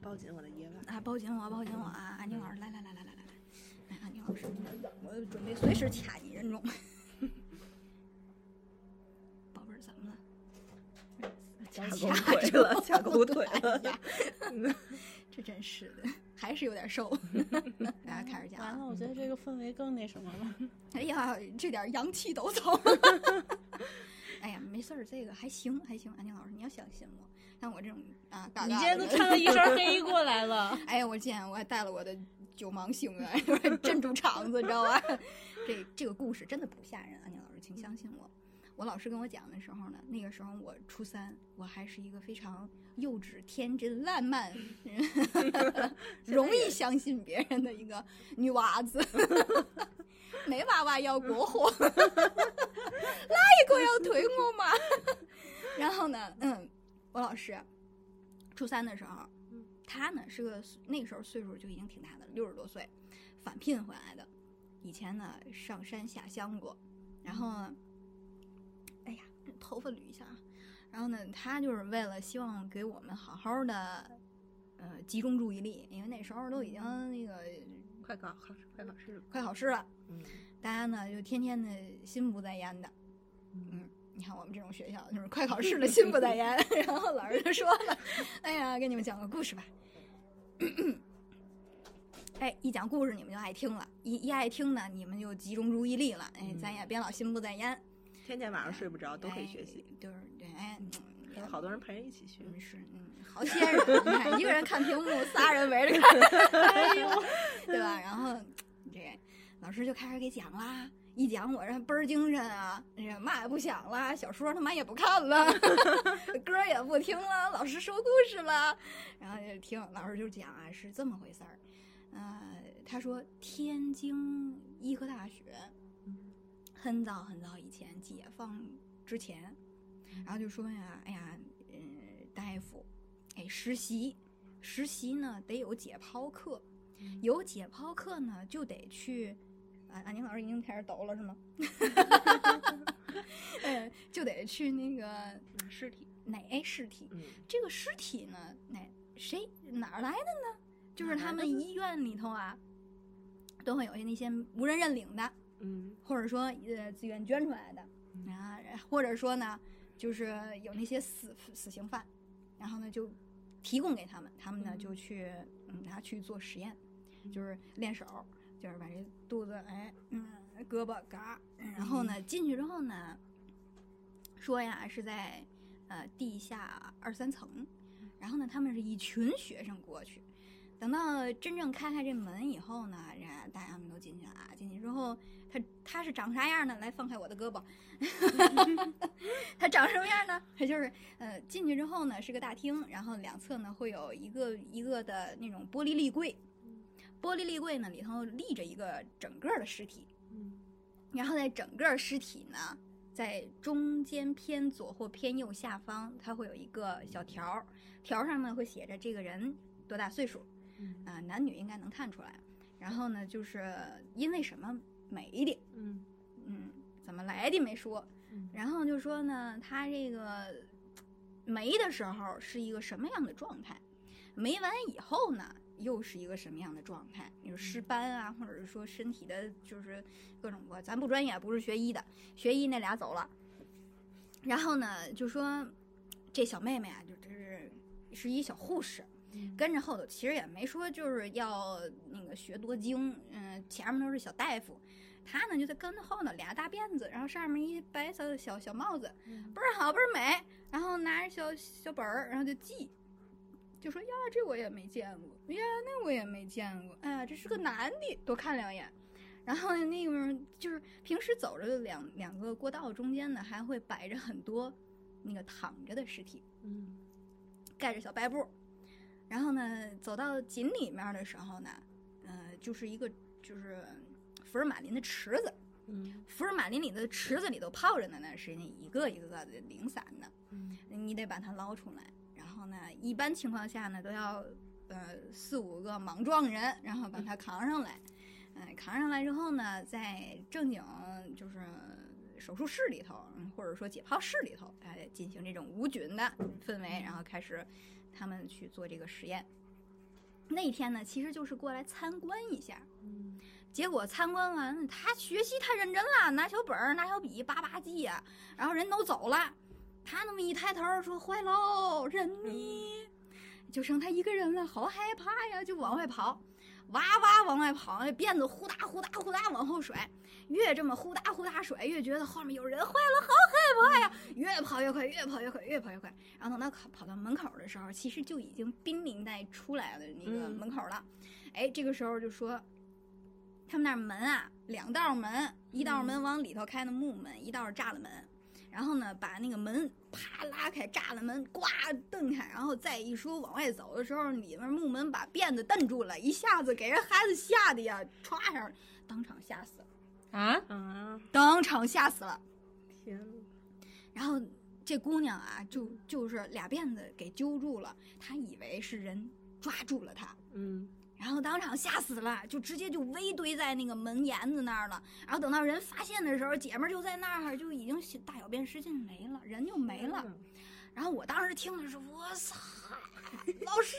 C: 抱紧我的夜晚，
A: 啊！抱紧我，抱紧我啊！安静老师，来来来来来来来，来安静老师，你的我准备随时掐你人中。宝贝儿，怎么了？
C: 掐
A: 掐
C: 狗腿了，掐狗腿
A: 哎
C: 了，
A: 呀，这真是的，还是有点瘦。大家开始讲
B: 完
A: 啊
B: 了，！我觉得这个氛围更那什么了。
A: 哎呀，这点阳气都走。 哎呀，没事儿，这个还行还行。安静老师，你要相信我，像我这种啊，嘎嘎
B: 你今天
A: 的
B: 都
A: 人
B: 穿了一 身黑过来了，
A: 哎呀，我今天我还带了我的九芒星啊， 镇住场子，你知道吧？这这个故事真的不吓人，安妮老师，请相信我。我老师跟我讲的时候呢，那个时候我初三，我还是一个非常幼稚、天真、烂漫，容易相信别人的一个女娃子， 没娃娃要国货， 哪一个要推我嘛？ 然后呢，嗯，我老师初三的时候，他呢是个那个时候岁数就已经挺大的了，六十多岁，返聘回来的。以前呢上山下乡过，然后呢，哎呀，头发捋一下啊。然后呢，他就是为了希望给我们好好的，呃，集中注意力，因为那时候都已经那个
C: 快搞考试，快考试了，
A: 快考试了，
C: 嗯
A: 大家呢就天天的心不在焉的。嗯，你看我们这种学校就是快考试了， 心不在焉。 然后老师就说了：“ 哎呀，给你们讲个故事吧。” 哎，一讲故事你们就爱听了，一一爱听呢，你们就集中注意力了。哎，咱也别老心不在焉，
C: 天天晚上睡不着嗯都可以学习，
A: 哎就是对，哎，嗯
C: 有好多人陪人一起学，
A: 嗯，是，嗯，好些人，你看一个人看屏 幕，仨人围着看，哎呦，对吧？然后这个老师就开始给讲啦，一讲我这倍儿精神啊，这嘛也不想啦，小说他妈也不看了， 歌儿也不听了，老师说故事了，然后就听老师就讲啊，是这么回事儿，呃，他说天津医科大学嗯很早很早以前解放之前。然后就说呀，哎呀，嗯，大夫，哎，实习，实习呢得有解剖课，
C: 嗯
A: 有解剖课呢就得去，啊，安宁老师已经开始抖了是吗？ 呃，就得去那个
C: 拿尸体，
A: 哪哎嗯尸体，
C: 嗯，
A: 这个尸体呢，哪谁哪儿来的呢？就是
C: 哪儿
A: 他
C: 来
A: 们医院里头啊，都会有一那些无人认领的，
C: 嗯，
A: 或者说呃自愿捐出来的
C: 嗯
A: 啊，或者说呢，就是有那些死死刑犯，然后呢就提供给他们，他们呢
C: 嗯
A: 就去嗯拿去做实验，就是练手，就是把这肚子哎嗯胳膊嘎，然后
C: 嗯
A: 呢进去之后呢，说呀是在呃地下二三层，
C: 嗯
A: 然后呢他们是一群学生过去。等到真正开开这门以后呢，人家大家们都进去了啊。进去之后，他他是长啥样呢？来放开我的胳膊，他长什么样呢？他就是呃，进去之后呢是个大厅，然后两侧呢会有一个一个的那种玻璃立柜，玻璃立柜呢里头立着一个整个的尸体，
C: 嗯
A: 然后在整个尸体呢，在中间偏左或偏右下方，它会有一个小条儿，条儿上面会写着这个人多大岁数，啊、男女应该能看出来。然后呢，就是因为什么美的，
D: 嗯
A: 嗯，怎么来的没说
D: 嗯，
A: 然后就说呢，他这个没的时候是一个什么样的状态，没完以后呢又是一个什么样的状态？你说尸斑啊，或者是说身体的，就是各种我咱不专业，不是学医的，学医那俩走了。然后呢，就说这小妹妹啊，就就是是一小护士，跟着后头其实也没说就是要那个学多精，嗯、前面都是小大夫，她呢就在跟后头俩大辫子，然后上面一白色的小小帽子，倍儿好倍儿美，然后拿着小小本儿，然后就记。就说呀，这我也没见过，呀，那我也没见过，哎呀，这是个男的，多看两眼。然后那个就是平时走着两两个过道中间呢，还会摆着很多那个躺着的尸体，
B: 嗯
A: 盖着小白布。然后呢，走到井里面的时候呢，呃，就是一个就是福尔马林的池子，
B: 嗯
A: 福尔马林里的池子里头泡着呢，那是那一个一个的零散的。
B: 嗯
A: 你得把它捞出来。然后呢，一般情况下呢，都要呃四五个莽撞人，然后把它扛上来。嗯、扛上来之后呢，在正经就是手术室里头，嗯或者说解剖室里头，哎，进行这种无菌的氛围，然后开始他们去做这个实验。那天呢，其实就是过来参观一下，
B: 嗯
A: 结果参观完，他学习太认真了，拿小本儿、拿小笔叭叭记呀、然后人都走了，他那么一抬头说：“坏喽，人呢？”就剩他一个人了，好害怕呀，就往外跑，哇哇往外跑，那辫子呼哒呼哒呼哒往后甩，越这么呼哒呼哒甩，越觉得后面有人，坏了，好害怕呀，越跑越快，越跑越快，越跑越快。然后等到跑跑到门口的时候，其实就已经濒临在出来的那个
B: 嗯
A: 门口了。哎，这个时候就说，他们那儿门啊，两道门，一道门往里头开的木门，一道是栅栏门。然后呢，把那个门啪拉开，栅栏门呱蹬开，然后再一说往外走的时候，里面木门把辫子蹬住了，一下子给人孩子吓得呀，歘上了，当场吓死了，
B: 啊，
D: 啊，
A: 当场吓死了。
D: 天呐，
A: 然后这姑娘啊，就就是俩辫子给揪住了，她以为是人抓住了她，
B: 嗯
A: 然后当场吓死了，就直接就围堆在那个门沿子那儿了。然后等到人发现的时候，姐们儿就在那儿就已经血大小便失禁没了，人就没了。
C: 嗯
A: 然后我当时听的是，我操，老师，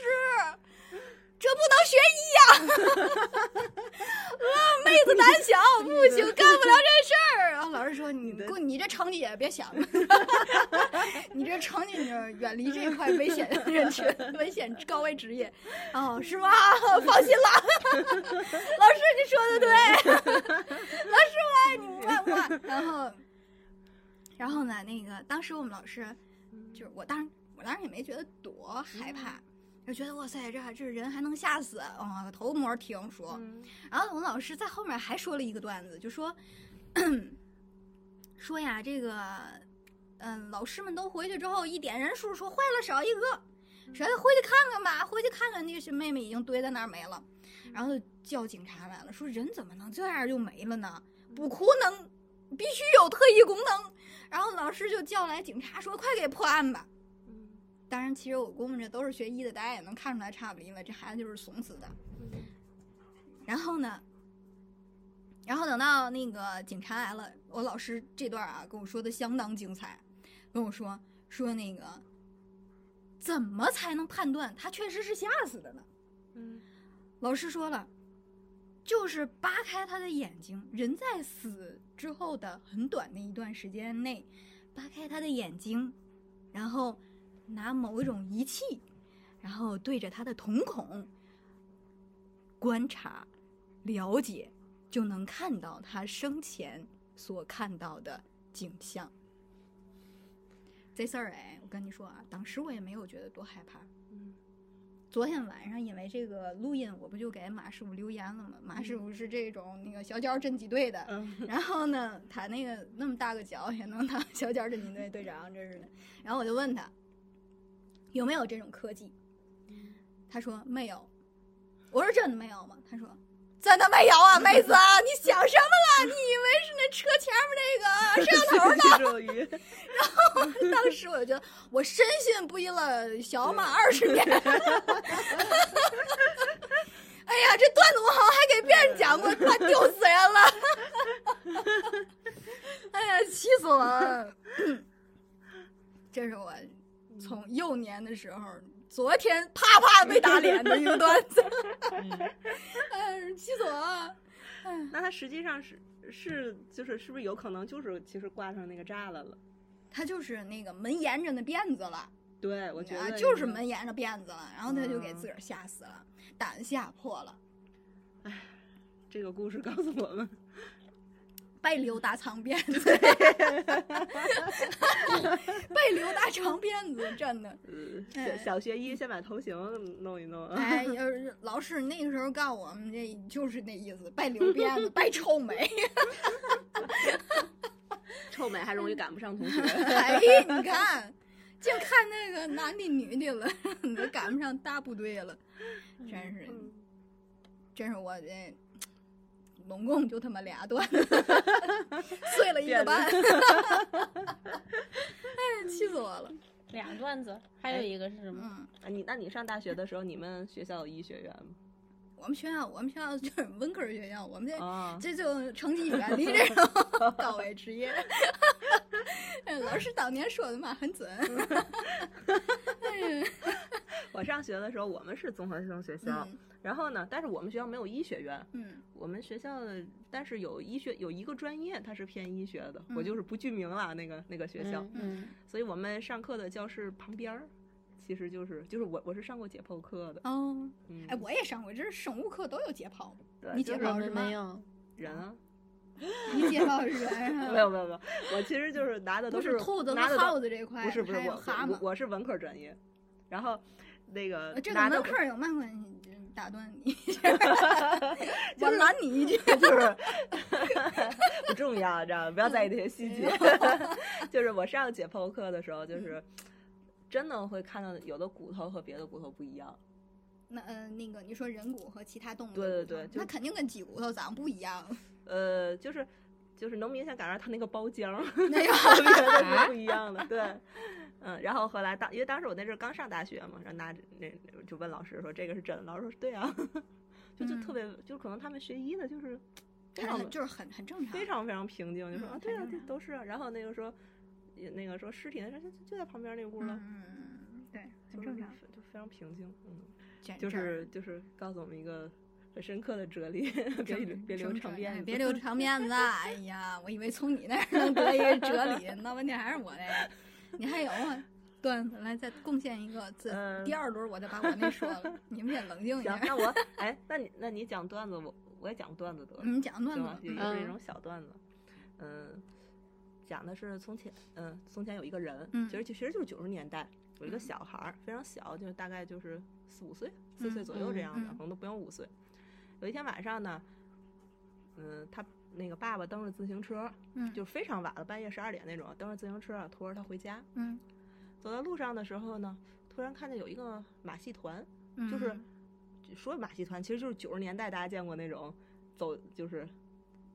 A: 这不能学医呀、啊！妹子胆小，不行，干不了这事儿。然后老师说：“你
C: 的
A: 过，你这成绩也别 想了，你这成绩你就远离这块危险人群、危险高危职业。”哦，是吗？ 放心啦，老师，你说的对，老师我爱你，么么么。然后，然后呢，那个当时我们老师。就是我当时我当时也没觉得多害怕，就觉得哇塞，这还这人还能吓死啊、头模挺说。
D: 嗯
A: 然后我们老师在后面还说了一个段子，就说说呀，这个嗯，老师们都回去之后一点人数，说坏了少一个，谁回去看看吧，回去看看那是妹妹已经堆在那儿没了，然后叫警察来了，说人怎么能这样就没了呢？不可能，必须有特异功能。然后老师就叫来警察说，快给破案吧。
C: 嗯
A: 当然，其实我估摸着都是学医的，大家也能看出来差不离了，这孩子就是怂死的。然后呢，然后等到那个警察来了，我老师这段啊跟我说的相当精彩，跟我说说那个怎么才能判断他确实是吓死的呢？
D: 嗯，
A: 老师说了，就是扒开他的眼睛，人在死之后的很短的一段时间内，扒开他的眼睛，然后拿某一种仪器，然后对着他的瞳孔观察、了解，就能看到他生前所看到的景象。这事儿哎，我跟你说啊，当时我也没有觉得多害怕，昨天晚上因为这个录音，我不就给马师傅留言了吗？马师傅是这种那个小脚侦缉队的，然后呢，他那个那么大个脚也能当小脚侦缉队队长，这是的。然后我就问他有没有这种科技，他说没有。我说真的没有吗？他说真的没有啊，妹子啊，你想什么了？你以为是那车前面那个摄像头
C: 这种鱼，
A: 当时我就觉得，我深信不疑了小马二十年。 哎呀，这段子我好像还给别人讲过，快丢死人了！ 哎呀，气死我了！这是我从幼年的时候昨天啪啪被打脸的一个段子，
B: 嗯
A: 哎，气死我了！
C: 那他实际上是是就是是不是有可能就是其实挂上那个栅栏了？
A: 他就是那个门沿着那辫子了，
C: 对，我觉
A: 啊
C: 得
A: 就是
C: 应该
A: 门沿着辫子了，然后他就给
C: 嗯
A: 自个儿吓死了，胆吓破了，
C: 这个故事告诉我们，
A: 被留大长辫 子，被留大长辫子，真 的。
C: 嗯，
A: 哎
C: 小小学一先把头型弄一弄啊。
A: 哎，要是老师那个时候告诉我们，这就是那意思，拜留辫子，拜臭美。
C: 臭美还容易赶不上同 学。
A: 哎，你看，就看那个男的女的了， 你都赶不上大部队了，真
C: 嗯
A: 是，真是我这。拢共就他妈俩段子，碎了一个半，哎，气死我了。
B: 俩段子，还有一个是什么？
A: 嗯，
C: 啊你那你上大学的时候，你们学校有医学院吗？
A: 我们学校，我们学校就是文科学校，我们这
C: 啊，
A: 这就成绩远离这种高危职业。 哎老师当年说的嘛很
C: 嗯
A: 准。嗯
C: 我上学的时候，我们是综啊合性学校，
A: 嗯
C: 然后呢，但是我们学校没有医学院，
A: 嗯
C: 我们学校的但是有医学有一个专业，它是偏医学的，我
A: 嗯
C: 就是不具名了，那个那个学校，
B: 嗯嗯，
C: 所以我们上课的教室旁边儿，其实就是就是我我是上过解剖课的，
A: 哦，
C: 嗯，
A: 哎，我也上过，这是生物课都有解剖，
C: 对，
A: 你
C: 就
A: 解
C: 是
A: 老
B: 我
A: 师
B: 们
A: 吗
B: 没有，
C: 人啊，
A: 你解剖是人
C: 没
A: 啊，
C: 有没有没有，我其实就是拿的
A: 不
C: 都
A: 是兔子和
C: 拿的都
A: 耗子这块，
C: 不是不是
A: 还
C: 我
A: 有蛤
C: 我
A: 蟆，
C: 我是文科专业，然后那个
A: 呃这
C: 拿
A: 跟
C: 的
A: 文科有嘛关系？打断 你， 我拦你一句。
C: 就是 不重要，知道吗？不要在意这些细节。
A: 嗯
C: 就是我上解剖课的时候，就是真的会看到有的骨头和别的骨头不一样。
A: 那呃，那个你说人骨和其他动物的骨头，
C: 对对对就
A: 那肯定跟鸡骨头长不一 样。
C: 呃，就是就是能明显感觉到它那个包浆儿
A: 那啊个
C: 和别的是不一样的。对，嗯，然后后来当因为当时我那阵儿刚上大学嘛，然后拿着那那就问老师说这个是真的，老师说对啊， 就就
A: 嗯
C: 特别就可能他们学医的就是非
A: 很
C: 常
A: 很就是很很正常，
C: 非常非常平静，就说
A: 啊嗯
C: 啊，对啊
A: 很，
C: 这
A: 正常
C: 都是啊。然后那个说，也那个说尸体那就就在旁边那屋
A: 嗯
C: 了，
A: 嗯嗯嗯，对，
C: 就
A: 很
C: 是
A: 正常。
C: 就非常平静。嗯，
A: 这
C: 就
A: 这儿
C: 是就是告诉我们一个很深刻的 哲理，别
A: 什
C: 留
A: 么
C: 别
A: 什
C: 留
A: 么
C: 长
A: 哲理
C: 辫
A: 哎
C: 子，
A: 别留长辫子啊。哎呀，我以为从你那儿能得一个哲理，闹半天还是我那。你还有吗？段子来再贡献一个，这
C: 嗯
A: 第二轮我再把我那说 了，你们先冷静一
C: 行
A: 下，。
C: 那我哎，那你那你讲段子，我我也讲段子得了，
A: 你讲段
C: 行
A: 子
C: 吗
A: 吧，？
C: 也
A: 嗯
C: 是
B: 嗯
C: 一种小段子，嗯。讲的是从前，嗯，从前有一个人，
A: 嗯
C: 其实就其实就是九十年代，有一个
A: 嗯
C: 小孩儿，非常小，就是大概就是四五岁，四岁
A: 嗯
C: 左右这
B: 嗯
C: 样的，
A: 嗯
C: 可能都不用五岁。有一天晚上呢，嗯，他那个爸爸蹬着自行车，
A: 嗯，
C: 就非常晚了，半夜十二点那种，蹬着自行车啊，驮着他回家。
A: 嗯
C: 走在路上的时候呢，突然看见有一个马戏团，
A: 嗯，
C: 就是说马戏团其实就是九十年代大家见过那种，走就是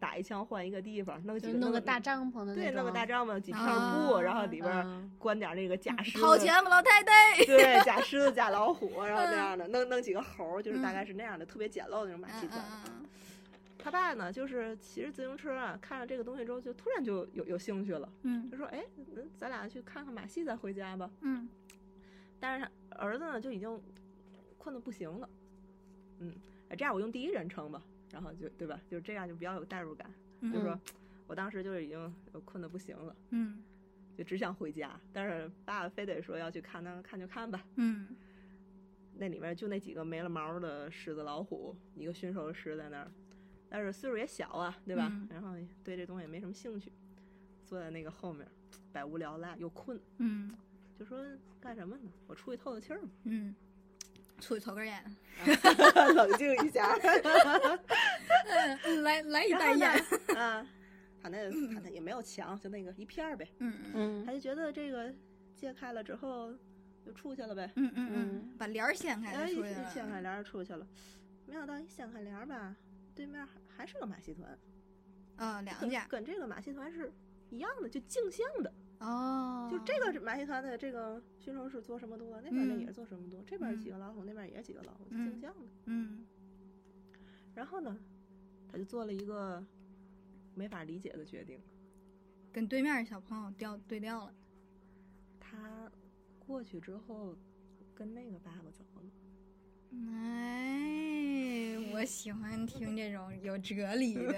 C: 打一枪换一个地方，弄几
B: 就
C: 个
B: 弄个大帐篷的
C: 对，弄
B: 种
C: 个大帐篷，几片
A: 啊
C: 布，然后里边儿
B: 嗯
C: 关点那个假狮
A: 掏
C: 子，
A: 钱吧，老太太。
C: 对，假狮子、假老虎，然后那样的，弄弄几个猴儿，就是大
A: 嗯
C: 概是那样的，特别简陋的那种马戏
A: 嗯
C: 团。
A: 嗯
C: 他爸呢，就是骑着自行车啊，看了这个东西之后，就突然就有有兴趣了，
A: 嗯
C: 就说：“哎，那咱俩去看看马戏再回家吧。
A: 嗯”
C: 但是他儿子呢，就已经困得不行了。嗯，哎，这样我用第一人称吧，然后就对吧？就这样就比较有代入感。
A: 嗯，
C: 就说
B: 嗯
C: 我当时就是已经困得不行了，
A: 嗯
C: 就只想回家，但是爸爸非得说要去看，那看就看吧。
A: 嗯
C: 那里面就那几个没了毛的狮子、老虎，一个驯兽师在那儿，但是岁数也小啊，对吧？
A: 嗯
C: 然后对这东西也没什么兴趣，坐在那个后面，百无聊赖又困，
A: 嗯
C: 就说干什么呢？我出去透透气儿嘛，
A: 嗯，出去抽根烟，
C: 冷静一下
A: 嗯 来来一袋烟。
C: 啊。他那他那也没有墙，就那个一片儿呗。
A: 嗯嗯
B: 嗯
C: 他就觉得这个揭开了之后就出去了呗，
A: 嗯嗯嗯，把帘儿掀开
C: 哎，
A: 就
C: 一
A: 出去
C: 一
A: 了。
C: 掀开帘儿出去了。没想到一掀开帘儿吧，对面还还是个马戏团，
A: 啊，两
C: 跟
A: 家
C: 跟这个马戏团是一样的，就镜像的。
A: 哦，
C: 就这个马戏团的这个驯兽是做什么多，那边儿那
A: 嗯
C: 也做什么多，这边儿几个老虎，那边儿也几个老虎，就
A: 嗯
C: 镜像的。
A: 嗯
C: 然后呢，他就做了一个没法理解的决定，，
A: 跟对面小朋友调对调了。
C: 他过去之后跟那个爸爸走了。
A: 哎，我喜欢听这种有哲理 的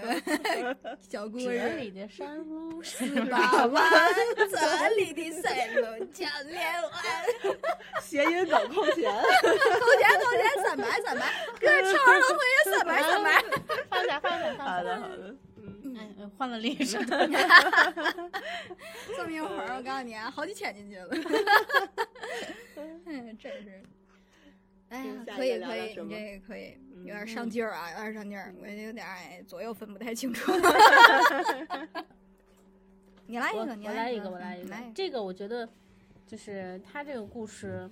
A: 小故
B: 这
A: 事。
B: 里的山路
A: 四八弯，这里的山路强连弯。
C: 谐音梗扣 钱，
A: 扣钱扣钱，三百三百，搁这唱儿童作业三百三百。
B: 放下放下
C: 好
B: 放下，
C: 的好的，
B: 哎，
A: 嗯
B: 呃换了另一 首。
A: 这么一会儿，我告诉你啊，好几千进去了。嗯，真是。哎呀
C: 行，下一
A: 可以可
C: 个聊
A: 以，
C: 聊什
A: 你
C: 么
A: 这个可以，
C: 嗯
A: 有点上劲儿啊，有点上劲儿，我有点哎左右分不太清楚。 你来一
B: 我
A: 个，你
B: 我来
A: 一
B: 一
A: 个，
B: 个，我来一
A: 嗯
B: 个
A: 来一。个。
B: 这个我觉得就是他这个故事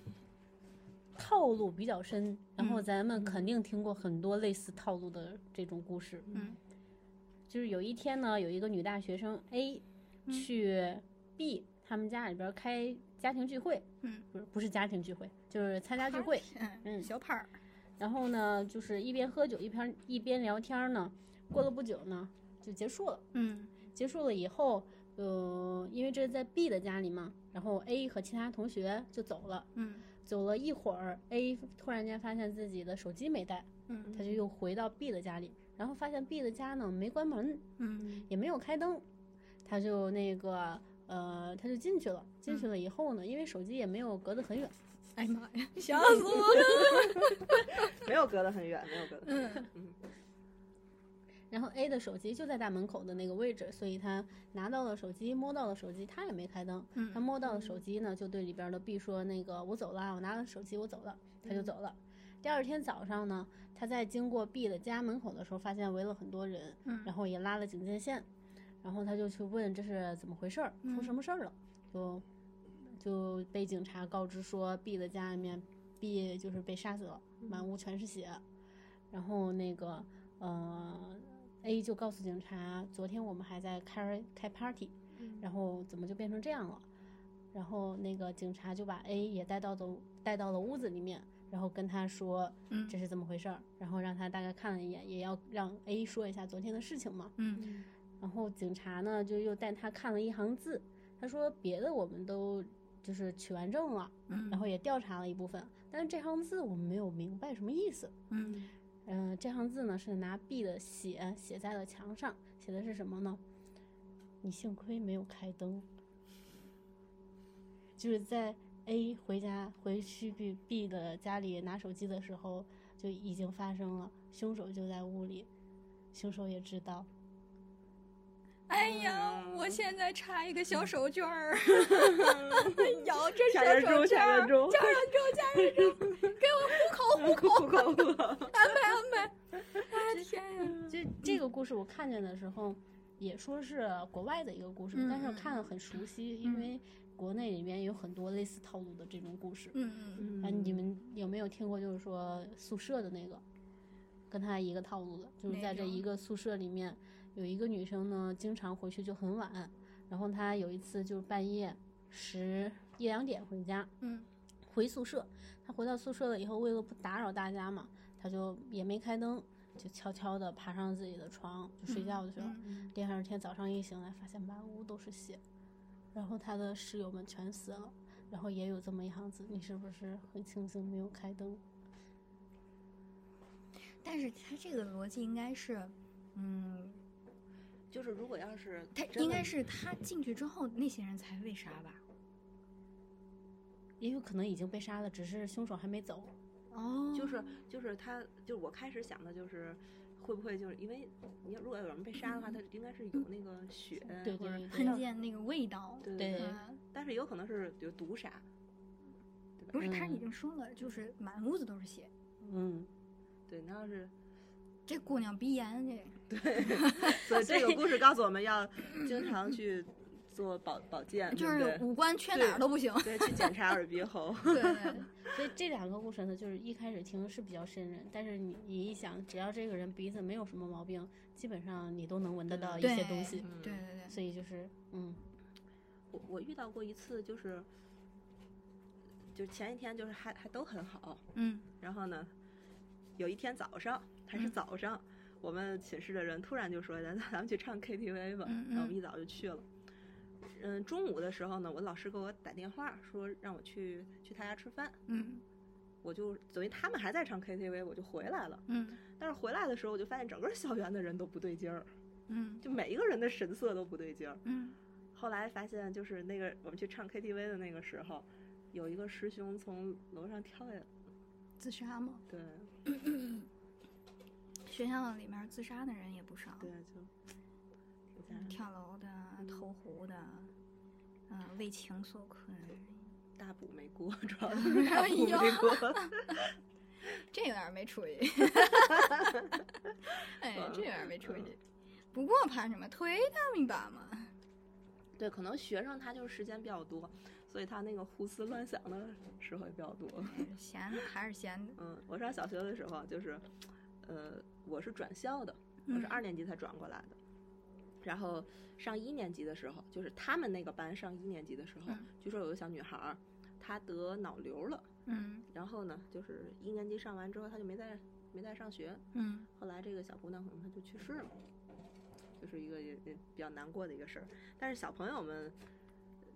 B: 套路比较深，然后
A: 嗯
B: 咱们肯定听过很多类似套路的这种故事。
A: 嗯，
B: 就是有一天呢，有一个女大学生 A
A: 嗯
B: 去 B 他们家里边儿开家庭聚会，
A: 嗯，
B: 不是不是家庭聚会，就是参加聚会。
A: 嗯，
B: 嗯
A: 小胖儿，
B: 然后呢，就是一边喝酒一边一边聊天儿呢，过了不久呢就结束了。
A: 嗯
B: 结束了以后，呃，因为这是在 B 的家里嘛，然后 A 和其他同学就走了。
A: 嗯
B: 走了一会儿，A 突然间发现自己的手机没带，
A: 嗯
B: 他就又回到 B 的家里，然后发现 B 的家呢没关门，
A: 嗯
B: 也没有开灯，他就那个呃，他就进去了。进去了以后呢，因为手机也没有隔得很远，
A: 哎呀妈呀，笑死我了。
C: 没有隔得很远，没有隔得很远。
A: 嗯
C: 嗯
B: 然后 A 的手机就在大门口的那个位置，所以他拿到了手机，摸到了手机，他也没开灯。他
A: 嗯
B: 摸到了手机呢，就对里边的 B 说：“那个我走了，我拿了手机，我走了。”他就走了。第二天早上呢，他在经过 B 的家门口的时候，发现围了很多人，
A: 嗯
B: 然后也拉了警戒线，然后他就去问这是怎么回事儿，出什么事儿了，
A: 嗯
B: 就就被警察告知说 B 的家里面 B 就是被杀死了，满屋全是血，然后那个呃 A 就告诉警察，昨天我们还在开开 party，然后怎么就变成这样了？然后那个警察就把 A 也带到的带到了屋子里面，然后跟他说
A: 嗯
B: 这是怎么回事儿，然后让他大概看了一眼，也要让 A 说一下昨天的事情嘛。
A: 嗯
B: 然后警察呢就又带他看了一行字，他说别的我们都就是取完证了，
A: 嗯，
B: 然后也调查了一部分，但是这行字我们没有明白什么意思。
A: 嗯
B: 嗯、这行字呢是拿 B 的血写在了墙上，写的是什么呢？你幸亏没有开灯，就是在 A 回家回去 B B 的家里拿手机的时候就已经发生了，凶手就在屋里，凶手也知道，
A: 哎呀，我现在插一个小手绢儿， 摇着
C: 下月
A: 小手
C: 中，
A: 绢
C: 下
A: 儿
C: 月，中，
A: 加上周，加上周，给我户口户口，嗯
C: 不扣不扣。
A: 安排安排。我的天呀！
B: 就这个故事，我看见的时候也说是国外的一个故事，
A: 嗯
B: 但是我
A: 嗯
B: 看了很熟悉，
A: 嗯
B: 因为国内里面有很多类似套路的这种故事。
A: 嗯
B: 啊， 你们有没有听过就是说宿舍的那个，跟他一个套路的，就是
A: 哪
B: 在这
A: 种
B: 一个宿舍里面有一个女生呢，经常回去就很晚，然后她有一次就是半夜十一两点回家，
A: 嗯
B: 回宿舍，她回到宿舍了以后，为了不打扰大家嘛，她就也没开灯，就悄悄的爬上自己的床就睡觉去了。
A: 嗯
B: 第二天早上一醒来，发现满屋都是血，然后他的室友们全死了，然后也有这么一行字：“你是不是很庆幸没有开灯
A: 但是他这个逻辑应该是，嗯，
C: 就是如果要是
A: 他
C: 真
A: 应
C: 的
A: 该是他进去之后那些人才被杀吧？？”
B: 也有可能已经被杀了，只是凶手还没走。
A: 哦
C: 就是就是他，就是我开始想的就是，会不会就是因为你要如果有人被杀的话，他应该是有那个血
B: 嗯对
C: 或者
B: 对
A: 喷
B: 对
A: 溅那个味道。
C: 对
B: 对
A: 啊
C: 但是有可能是有毒杀，对
A: 不
C: 吧？
A: 是，他已
B: 嗯
A: 经说了，就是满屋子都是血。
B: 嗯，
C: 对，那要是
A: 这姑娘鼻炎，这
C: 所以这个故事告诉我们要经常去做保保健，
A: 就
C: 对不
A: 是五官缺哪儿都不行。
C: 对？对，去检查耳鼻喉。
A: 对，对
B: 所以这两个故事呢，就是一开始听是比较瘆人，但是你你一想，只要这个人鼻子没有什么毛病，基本上你都能闻得到
A: 嗯
B: 一
A: 对
B: 些东西。
A: 对对对，
B: 所以就是，嗯
C: 我我遇到过一次，就是就前一天就是还还都很好，
A: 嗯
C: 然后呢，有一天早上还是
A: 嗯
C: 早上，我们寝室的人突然就说咱咱们去唱 KTV 吧，
A: 嗯
C: 然后我
A: 嗯
C: 们一早就去了。嗯，中午的时候呢，我老师给我打电话说让我去去他家吃饭，
A: 嗯
C: 我就等于他们还在唱 KTV，我就回来了。
A: 嗯
C: 但是回来的时候，我就发现整个校园的人都不对劲儿，
A: 嗯
C: 就每一个人的神色都不对劲儿。
A: 嗯
C: 后来发现，就是那个我们去唱 KTV 的那个时候，有一个师兄从楼上跳下来，
A: 自杀吗？
C: 对
A: 学校里面自杀的人也不少，
C: 对，就挺吓人的。
A: 跳楼的、投湖的，嗯、为情所困，
C: 嗯大补没过，主要是大补没过。
A: 这有点没出息。哎，这有点没出息。
C: 嗯
A: 不过怕什么？推他们一把嘛。
C: 对，可能学生他就是时间比较多，所以他那个胡思乱想的时候也比较多。
A: 闲的还是闲的。
C: 嗯，我上小学的时候就是，呃，我是转校的，我是
A: 嗯
C: 二年级才转过来的。然后上一年级的时候，就是他们那个班上一年级的时候，
A: 嗯
C: 据说有个小女孩儿，她得脑瘤了。
A: 嗯
C: 然后呢，就是一年级上完之后，她就没再没再上学。
A: 嗯
C: 后来这个小姑娘可能她就去世了，就是一个也也比较难过的一个事儿。但是小朋友们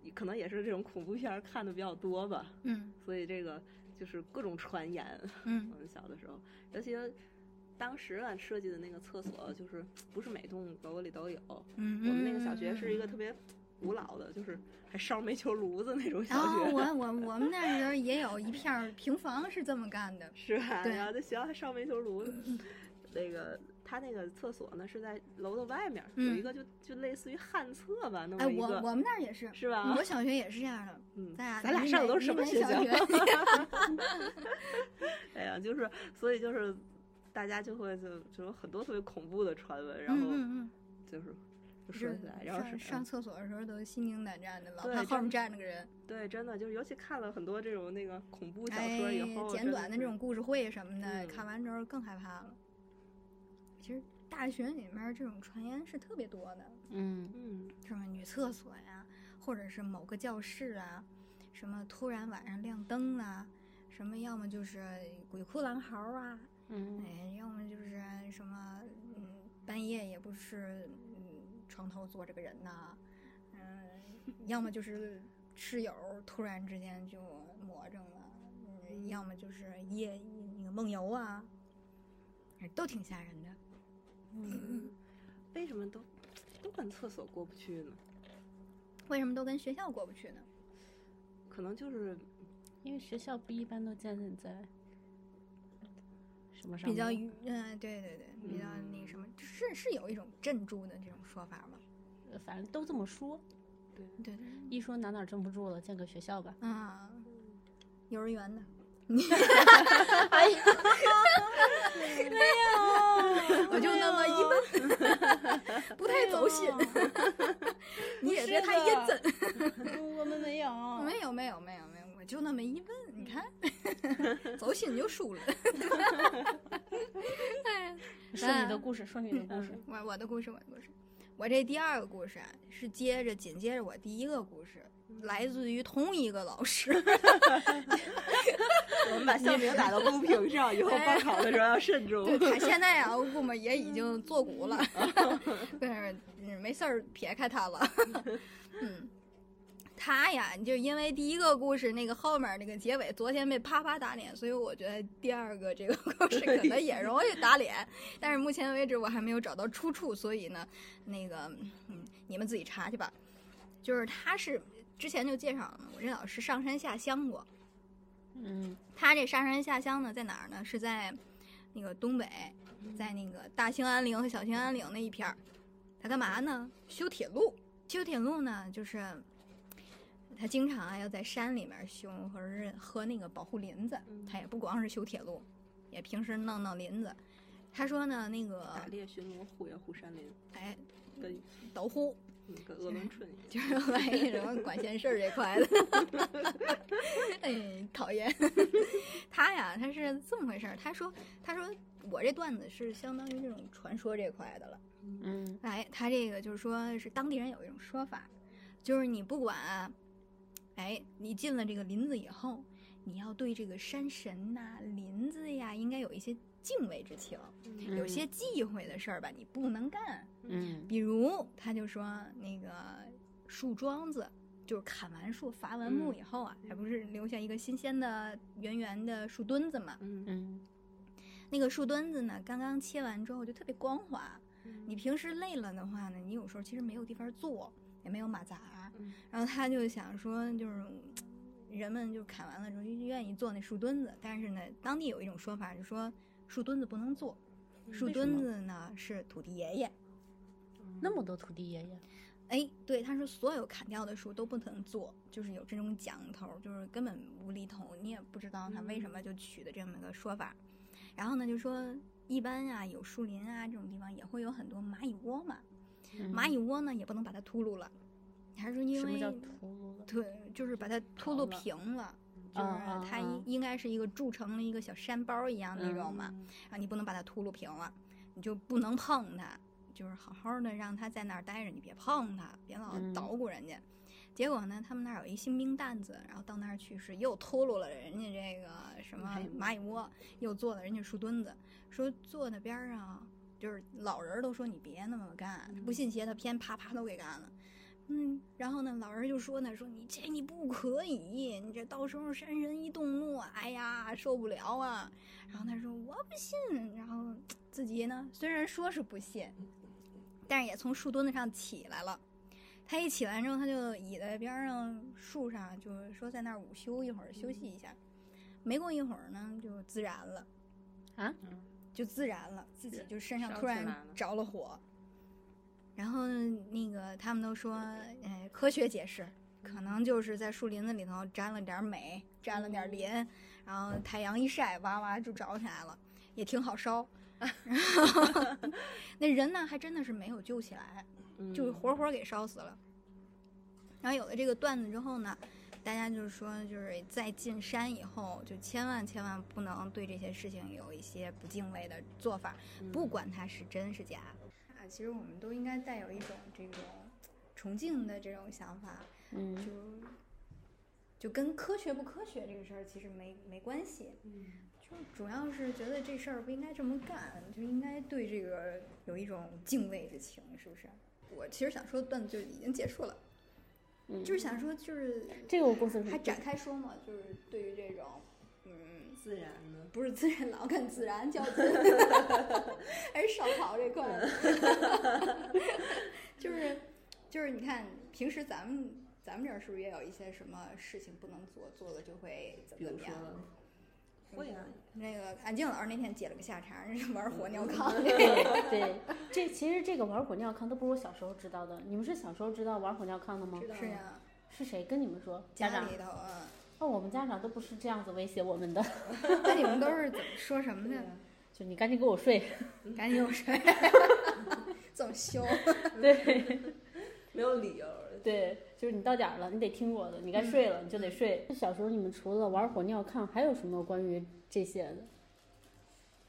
C: 也可能也是这种恐怖片儿看的比较多吧，
A: 嗯
C: 所以这个就是各种传言。
A: 嗯
C: 我们小的时候，尤其当时啊设计的那个厕所，就是不是每栋楼里都有。
A: 嗯。
C: 我们那个小学是一个特别古老的，就是还烧煤球炉子那种 小
A: 然后
C: 学，
A: 啊我我我们那时候也有一片儿平房是这么干的，
C: 是吧？
A: 对嗯
C: 然后在学校还烧煤球炉子。 那个他那个厕所呢是在楼的外面儿，有一
A: 嗯
C: 个就就类似于旱厕吧，那
A: 哎，
C: 么一
A: 我
C: 个，啊
A: 我们那儿也是，
C: 是吧
A: 我？小学也是这样的，
C: 嗯，
A: 咱俩
C: 咱俩上的都是什么学
A: 小
C: 校？
A: 学？
C: 哎呀，就是所以就是大家就会就就有很多特别恐怖的传闻， 然后
A: 嗯嗯
C: 就是
A: 嗯，
C: 就说起来，然后
A: 上
C: 是
A: 上厕所的时候都心惊胆战的，老
C: 对
A: 怕后
C: 真
A: 面站着个人。
C: 嗯对，真的就是，尤其看了很多这种那个恐怖小说
A: 哎
C: 以后，
A: 简
C: 真
A: 短的这
C: 是
A: 种故事会什么的，
C: 嗯
A: 看完之后更害怕了。其实大学里面这种传言是特别多的，
B: 嗯，
C: 嗯，
A: 什么女厕所呀，或者是某个教室啊，什么突然晚上亮灯啊，什么要么就是鬼哭狼嚎啊，
B: 嗯
A: 哎，要么就是什么嗯半夜也不是嗯床头坐着个人呐、嗯，要么就是室友突然之间就魔怔了，嗯，要么就是夜那个梦游啊，哎都挺吓人的。嗯
C: 为什么都都跟厕所过不去呢？
A: 为什么都跟学校过不去呢？
C: 可 能就是
B: 因为学校不一般都建立在什么上
A: 比较
B: 面
A: 愚，嗯、对对对，比较那
C: 嗯
A: 个什么，是是有一种镇住的这种说法吗？
B: 呃反正都这么说，
A: 对对，
B: 一说哪哪儿镇不住了，建个学校吧。
A: 啊，幼儿园 的，哎我就那么一问， 不太走心，你也别太阴森。
B: 我们没有，
A: 没有没有没有没有，我就那么一问，你 看，走心就输了。
B: 说你的故事，说你的故事。
A: 我我的故事，我的故事，我这第二个故事啊，是接着紧接着我第一个故事，来自于同一个老师。
C: 我们把校名打到公屏上，以后报考的时候要慎重。
A: 哎对，他现在啊，我们也已经作古了，但是嗯没事儿撇开他了。 嗯，他呀，就因为第一个故事那个后面那个结尾，昨天被啪啪打脸，所以我觉得第二个这个故事可能也容易打脸。但是目前为止我还没有找到出处，所以呢，那个嗯，你们自己查去吧。就是他是之前就介绍了嘛，我这老师上山下乡过，
B: 嗯，
A: 他这上山下乡呢，在哪儿呢？是在那个东北，在那个大兴安岭和小兴安岭那一片儿。他干嘛呢？修铁路。修铁路呢，就是他经常啊要在山里面修，或者是和那个保护林子
C: 嗯。
A: 他也不光是修铁路，也平时弄弄林子。他说呢，那个
C: 打 猎巡逻护野护山林，
A: 哎，
C: 跟
A: 捣呼，
C: 嗯跟鄂伦春一样。
A: 就是万一什么管闲事儿这块的， 哎，讨厌。 他呀，他是这么回事儿。他说，他说我这段子是相当于这种传说这块的了。
B: 嗯
A: 哎，他这个就是说是当地人有一种说法，就是你不管，啊哎，你进了这个林子以后，你要对这个山神呐、林子呀，应该有一些敬畏之情，有
C: 嗯
A: 些忌讳的事儿吧，你不能干。
B: 嗯
A: 比如他就说那个树桩子，就是砍完树伐完木
B: 嗯
A: 以后啊，还不是留下一个新鲜的圆圆的树墩子嘛？
B: 嗯，
D: 嗯，
A: 那个树墩子呢，刚刚切完之后就特别光滑。你
B: 你
A: 平时累了的话呢，你有时候其实没有地方坐，也没有马扎，
B: 嗯
A: 然后他就想说，就是人们就砍完了之后就愿意坐那树墩子，但是呢，当地有一种说法是说树墩子不能坐，树
B: 嗯为什
A: 墩
B: 么
A: 子呢是土地爷爷。
B: 那么多土地爷爷，
A: 哎，对，他说所有砍掉的树都不能做，就是有这种讲头，就是根本无厘头，你也不知道他为什
B: 嗯
A: 么就取的这么个说法。然后呢，就说一般啊，有树林啊这种地方也会有很多蚂蚁窝嘛，蚂
B: 蚁
A: 蚁窝呢也不能把它秃噜了，还说因
B: 嗯什么
A: 为
B: 叫秃噜了？
A: 对，就是把它秃噜
B: 刨了
A: 平了。就是
B: 啊
A: 它
B: 啊
A: 应应该是一个铸成了一个小山包一样那种嘛，
B: 嗯
A: 啊，你不能把它秃噜平了，你就不能碰它，就是好好的让它在那儿待着，你别碰它，别老
B: 嗯
A: 捣鼓人家。结果呢，他们那儿有一新兵蛋子，然后到那儿去是又秃噜了人家这个什么
B: 蚂蚁窝
A: 蚂蚁窝，又坐了人家树墩子，说坐那边儿啊，就是老人儿都说你别那么干，他不
B: 嗯
A: 信邪，他偏啪啪都给干了。嗯，然后呢，老人就说呢，说你这你不可以，你这到时候山神一动怒，哎呀，受不了啊。然后他说我不信，然后自己呢虽然说是不信，但是也从树墩子上起来了。他一起来之后，他就倚在边上树上，就是说在那儿午休一会儿，休息一下。没过一会儿呢，就自燃了，
B: 啊，
A: 就自燃了，自己
D: 是
A: 就身上
D: 烧
A: 突
D: 起
A: 然
D: 来了
A: 着了火。然后那个他们都说，哎，科学解释，可能就是在树林子里头沾了点美，沾了
D: 嗯
A: 点磷，然后太阳一晒，哇哇就着起来了，也挺好烧。那人呢，还真的是没有救起来，
C: 嗯
B: 嗯
A: 就活活给烧死了。然后有了这个段子之后呢，大家就是说，就是在进山以后，就千万千万不能对这些事情有一些不敬畏的做法，
B: 嗯
A: 不管它是真是假。啊，其实我们都应该带有一种这种崇敬的这种想法，就
B: 嗯
A: 就跟科学不科学这个事儿其实没没关系，就主要是觉得这事儿不应该这么干，就应该对这个有一种敬畏之情，是不是？我其实想说的段子就已经结束了，
B: 嗯，
A: 就是想说就是
B: 这个我公司
A: 还展开说嘛，就是对于这种嗯。
C: 自然的。
A: 不是自然老跟自然较劲， 还是烧烤这 块儿，就是就是你看平时咱们咱们这儿是不是也有一些什么事情不能做，做了就会怎
C: 比
A: 么怎
C: 如
A: 么
C: 说
A: 样？，
C: 会啊，
A: 那个安静老师那天解了个下茬，是玩
C: 嗯
A: 火尿炕这个，
B: 对，这其实这个玩火尿炕都不是我小时候知道的。你们是小时候知道玩火尿炕的
C: 嗯
B: 吗？
A: 是呀，
B: 是谁跟你们说？家
A: 家
B: 长？
A: 里头啊，
B: 哦，我们家长都不是这样子威胁我们的，
A: 那你们都是怎么说什么
C: 嗯
A: 的？
B: 就你赶紧给我睡。
A: 赶紧有 谁？这么凶，
B: 对
C: 没有理由。
B: 对，就是你到点儿了，你得听我的，你
A: 嗯
B: 该睡了你就得睡。小时候你们除了玩火尿炕，还有什么关于这些的？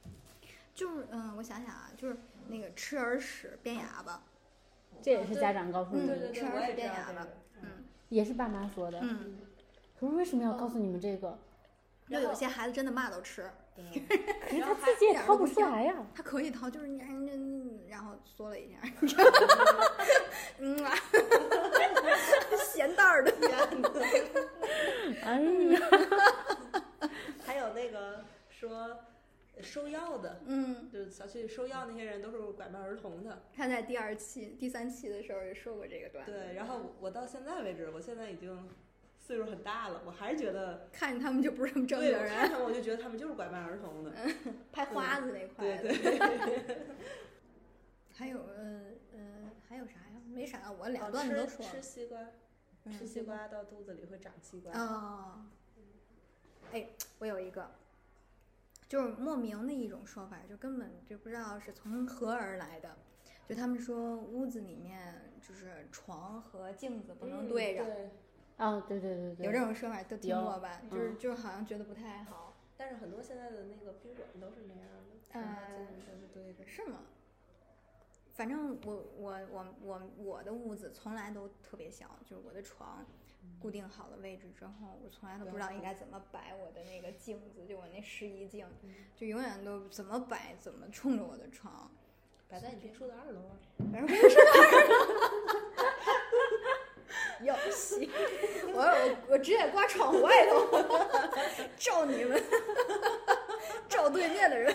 A: 就是嗯、我想想啊，就是那个吃耳屎变哑巴，
B: 这也是家长告诉你
A: 嗯
B: 的，
C: 对对
A: 吃
C: 对，
A: 耳
C: 我
A: 屎
C: 也知
A: 变嗯
C: 道
A: 哑
C: 这
A: 巴
C: 个。，
B: 也是爸妈说的。
A: 嗯，
B: 可是为什么要告诉你们这个？
A: 就有些孩子真的嘛都吃，
C: 嗯
A: 嗯
B: 可是他自己也掏不出来呀、
A: 他可以掏，就是你看那那然后缩了一 下，嗯啊， 咸蛋儿的，
C: 啊
B: 哎呀，
C: 还有那个说收药的，
A: 嗯，
C: 就是小区里收药那些人都是拐卖儿童的。
A: 他在第二期、第三期的时候也说过这个段子，
C: 对，然后我我到现在为止，我现在已经岁数很大了，我还是觉得，
A: 看着他们就不是什么正经
C: 对我看
A: 人，嗯
C: 他们我就觉得他们就是拐卖儿童的。
A: 拍花子那块
C: 嗯对
A: 的，
C: 对，
A: 还有嗯嗯、还有啥呀？没啥，我
C: 哦
A: 两段子都
C: 吃
A: 说
C: 吃
A: 了，
C: 西瓜，
A: 嗯
C: 吃西瓜到肚子里会长西瓜。
A: 哦，哎，我有一个，就是莫名的一种说法，就根本就不知道是从何而来的。就他们说屋子里面就是床和镜子不
C: 嗯
A: 能对着，
C: 对，
B: 啊，对对对对，
A: 有这种说法都听
B: 有
A: 过吧？就
B: 嗯
A: 是就是好像觉得不太好，
C: 但是很多现在的那个宾馆都是那样的，
A: 呃
C: 然后进去都是对着。
A: 是吗？反正我我我我我的屋子从来都特别小，就是我的床固定好了位置之后，我从来都不知道应该怎么摆我的那个镜子，就我那试衣镜，就永远都怎么摆怎么冲着我的床。
C: 摆在你别墅的二楼啊。
A: 反正我也是有戏！ 我我我直接挂窗户外头， 照你们，照对面的人，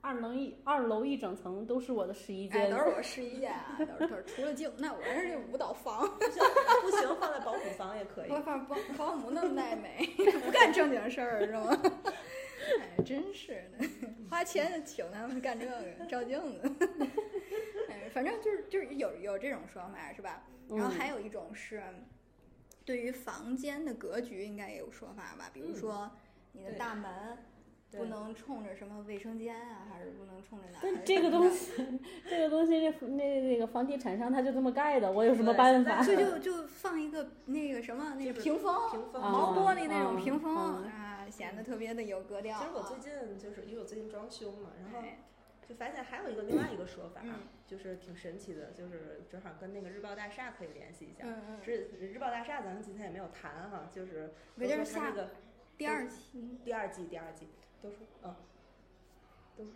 B: 二楼一二楼一整层都是我的试衣
A: 哎，
B: 间
A: 都，是我试衣间啊，都是都是除了镜，那我是这舞蹈房，
C: 不行，放在保姆房也可以
A: 我。放保保姆那么爱美， 不干正经事儿是吗？ 哎，真是的，花钱请他们干这个照镜子， 哎，反正就是就是有有这种说法是吧？然后
B: 嗯
A: 还有一种是，对于房间的格局应该也有说法吧？比如
C: 嗯
A: 说你的
C: 对
A: 大门
C: 对
A: 不能冲着什么卫生间啊，还是不能冲着哪儿？
B: 但这个东，西， 这个东西，那那那个房地产商他就这么盖的，我有什么办法？
A: 所以就就放一个那个什么那个
C: 就是
A: 屏风，
C: 屏风
A: 毛玻璃那
B: 嗯
A: 种屏风
B: 嗯
A: 啊，显得特别的有格调啊。
C: 其实我最近就是因为我最近装修嘛，然后
A: 哎
C: 就发现还有一个另外一个说法，啊
A: 嗯
C: 就是挺神奇的，就是正好跟那个日报大厦可以联系一下。
A: 嗯嗯，
C: 是日报大厦，咱们今天也没有谈哈，就是
A: 我觉得
C: 都
A: 是
C: 说它
A: 下
C: 这个
A: 第二期
C: 第二季，第二季都说嗯，都 说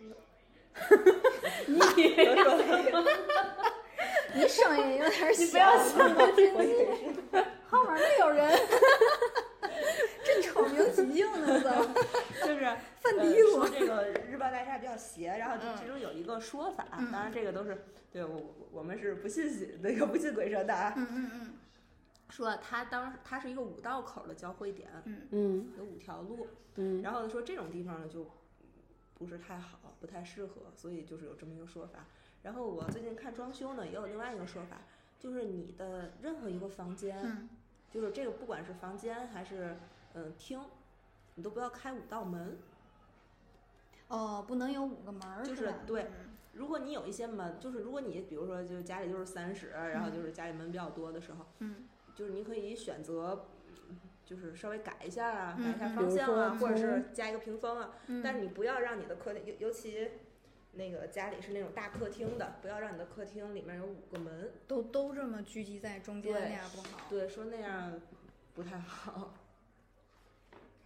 B: 你
C: 都说
A: 你声音有点小，
B: 不要笑
C: 我也是
A: 后面没有人， 真丑名其敬呢，怎么
C: 就是
A: 犯
C: 呃
A: 嘀
C: 说
A: 咕？
C: 这个日报大厦比较邪，然后
A: 嗯
C: 这其中有一个说法，
A: 嗯
C: 当然这个都是对我我我们是不信邪那个不信鬼神的啊。
A: 嗯嗯嗯
C: 说它当它是一个五道口的交汇点，
A: 嗯
B: 嗯
C: 有五条路，
B: 嗯，
C: 然后说这种地方呢就不是太好，不太适合，所以就是有这么一个说法。然后我最近看装修呢，也有另外一个说法，就是你的任何一个房间，
A: 嗯
C: 就是这个不管是房间还是嗯厅，你都不要开五道门。
A: 哦，不能有五个门儿，
C: 就是
A: 吧
C: 对，如果你有一些门，就是如果你比如说就是家里就是三十，然后就是家里门比较多的时候，
A: 嗯
C: 就是你可以选择，嗯就是稍微改一下啊，
A: 嗯
C: 改一下
A: 嗯
C: 方向啊，
B: 比如
C: 或
B: 说
C: 者是加一个屏风啊，
A: 嗯，
C: 但是你不要让你的客厅，尤尤其那个家里是那种大客厅的，不要让你的客厅里面有五个门。
A: 都都这么聚集在中间，
C: 对
A: 那样不好。
C: 对，说那样不太好。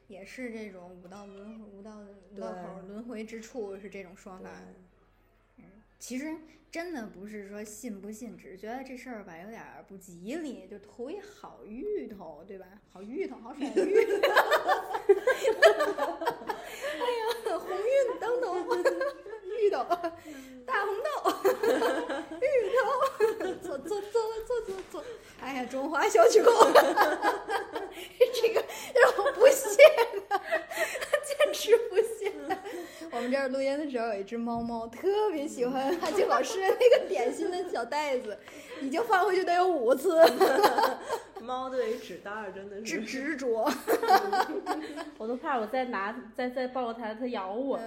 A: 也是这种五道轮回，五道五
C: 对
A: 道口轮回之处是这种说法。其实真的不是说信不信，只是觉得这事儿吧有点儿不吉利，就图一好芋头，对吧？好芋头，好甩芋头。哎呀，鸿运当头，芋头，大红豆，芋头，走走走走走走。哎呀，中华小曲库， 这个让我不屑的，坚持不屑的。我们这儿录音的时候有一只猫猫，特别喜欢韩青老师那个点心的小袋子，已经放回去得有五次，
C: 猫对于纸袋儿真的
A: 执
C: 是
A: 执着。
B: 我都怕我再拿再再抱它，它咬我。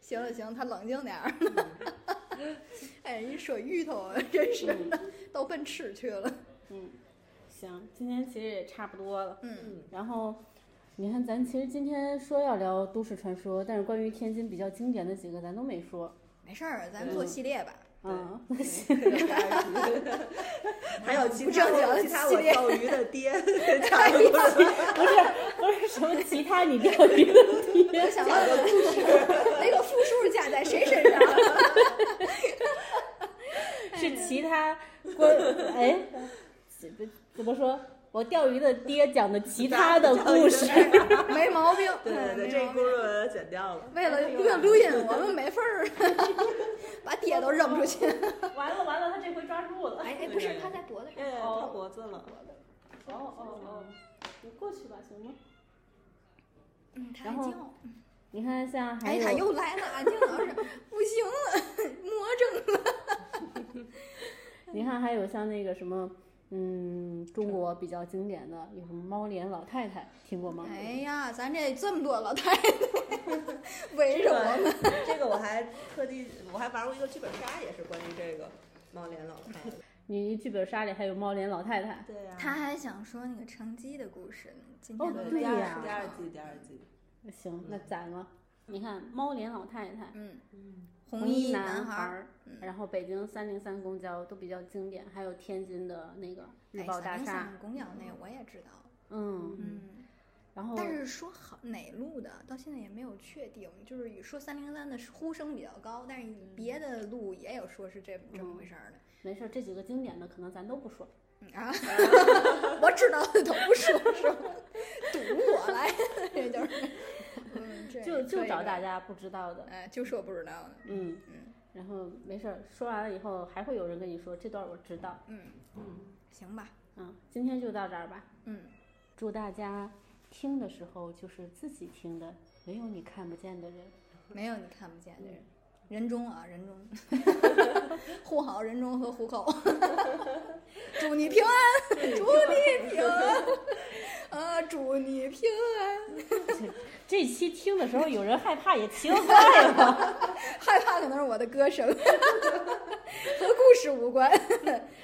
A: 行了行，它冷静点儿。哎，一说芋头，真是的，都奔吃去了。
B: 嗯，行，今天其实也差不多了。
A: 嗯，
B: 然后，你看，咱其实今天说要聊都市传说，但是关于天津比较经典的几个咱都没说。
A: 没事儿，咱做系列吧。
B: 嗯，
C: 还有其
A: 不
C: 他
A: 正经
C: 我
A: 的
C: 其他
A: 系
C: 我
A: 列
C: 钓鱼的 爹讲的故事，
B: 不是不是什么其他你钓鱼的
A: 我
B: 地，
A: 想问问，那个复数加在谁身上？
B: 是其他关哎，怎么怎么说？我钓鱼的爹讲的其他的故事，
A: 没毛病。
C: 对对对，
A: 没
C: 这
A: 毛
C: 轱
A: 病
C: 辘剪掉了。
A: 为了为了录音，我们没份儿， 把爹都扔出去。
B: 完了完了，他这回抓住了。
A: 哎哎，不是，他在脖子上。
C: 哎，套脖子 了。
B: 哦哦哦，你过去吧，行吗？
A: 嗯，他
B: 然
A: 还
B: 后
A: 叫。
B: 你看，像还
A: 哎，他
B: 有
A: 又来了， 安静老师，不行了，魔怔了。
B: 你看，还有像那个什么，嗯，中国比较经典的有什么猫脸老太太，听过吗？
A: 哎呀，咱这这么多老太太 围
C: 这
A: 着我
C: 个这个我还特地我还玩过一个剧本杀，也是关于这个猫脸老太太。
B: 你剧本杀里还有猫脸老太太，
C: 对呀、
A: 他还想说那个成绩的故事呢，今
B: 哦
A: 天
C: 对
B: 对
C: 第
A: 呀、
B: 呀
C: 二第二季第二季，
B: 行，那攒了。嗯你看猫脸老太太、
A: 嗯，
C: 嗯，
A: 红
B: 衣
A: 衣
B: 男
A: 孩儿，嗯
B: 儿，然后北京三零三公交都比较经典，还有天津的那个日
A: 哎，
B: 报大
A: 三零
B: 厦，
A: 三公交那我也知道，
B: 嗯，
A: 嗯，
B: 然后
A: 但是说好哪路的，到现在也没有确定。就是说三零三的呼声比较高，但是别的路也有说是这这么回事儿的。
B: 没事儿，这几个经典的可能咱都不说，
A: 啊， 我知道的都不说，是吧？堵我来，这就是，嗯，这
B: 就就找大
A: 家，
B: 家不知道的，
A: 哎，就说不知道的，
B: 嗯
A: 嗯，
B: 然后没事儿，说完了以后还会有人跟你说这段我知道，
A: 嗯，
B: 嗯
A: 行吧，
B: 嗯，今天就到这儿吧，
A: 嗯，
B: 祝大家听的时候就是自己听的，没有你看不见的人，
A: 没有你看不见
B: 嗯
A: 的人，人中啊，人中， 护好人中和虎口，祝你平安，祝你平 安，啊，祝你平安，
B: 这期听的时候有人害怕也奇了怪了，
A: 害怕可能是我的歌声， 和故事无 关。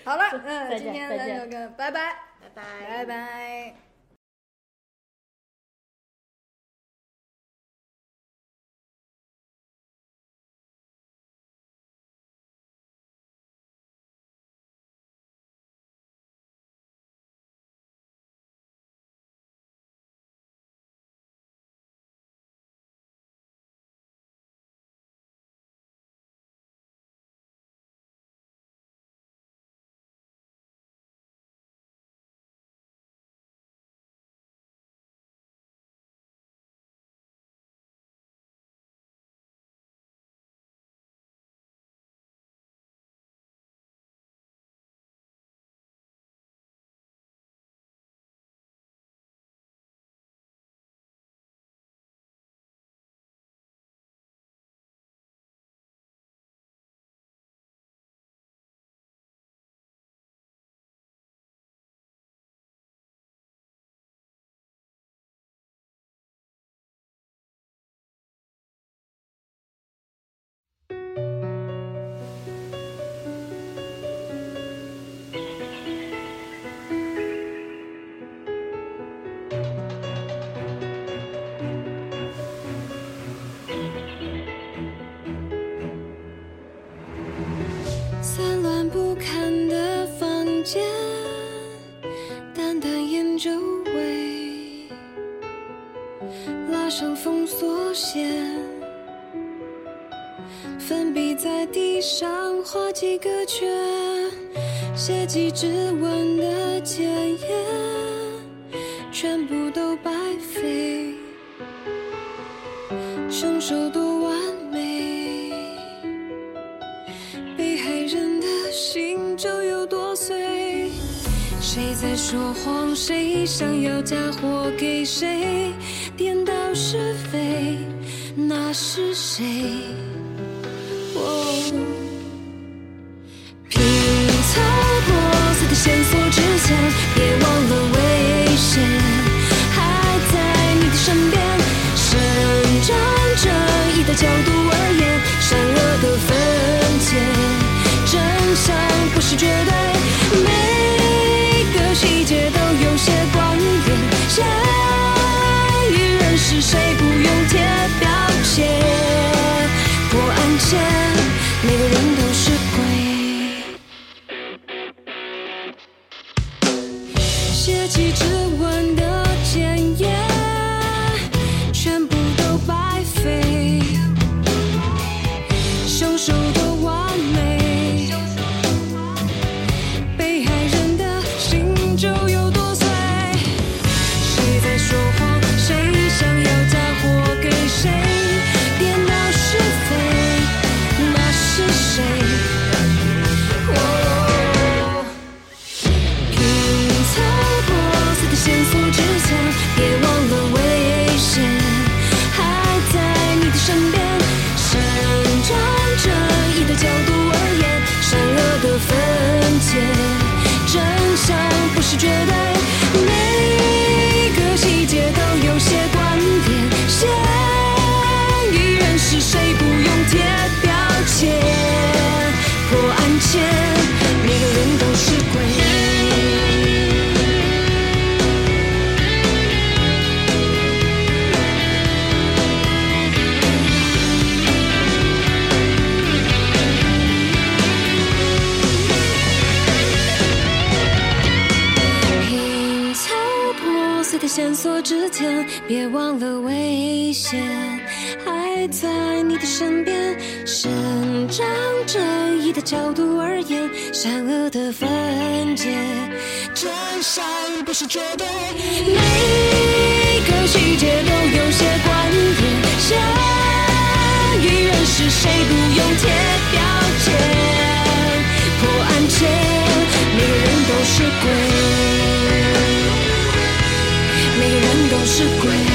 A: 好了，
B: 再
A: 嗯，
B: 见
A: 今天
B: 再
A: 咱
B: 见
A: 就跟拜拜。
C: 拜拜
A: 拜拜。
E: 散乱不堪的房间，淡淡烟酒味，拉上封锁线，粉笔在地上画几个圈，写几支吻的检验，全部都白费，生手多完美。被害人的心就有多碎。谁在说谎？谁想要嫁祸给谁？颠倒是非，那是谁？哦拼凑破碎的线索之前，别忘了危险还在你的身边。伸展正义的角度而言，善恶的分界，真相不是绝对，每个细节都有些关联。嫌疑人是谁？不用贴标签，破案前每个人都是鬼。写几碎的线索之前，别忘了危险还在你的身边。伸张正义的角度而言，善恶的分界，真善不是绝对。每个细节都有些关联，嫌疑人是谁不用贴标签，破案前每个人都是鬼。每个人都是鬼。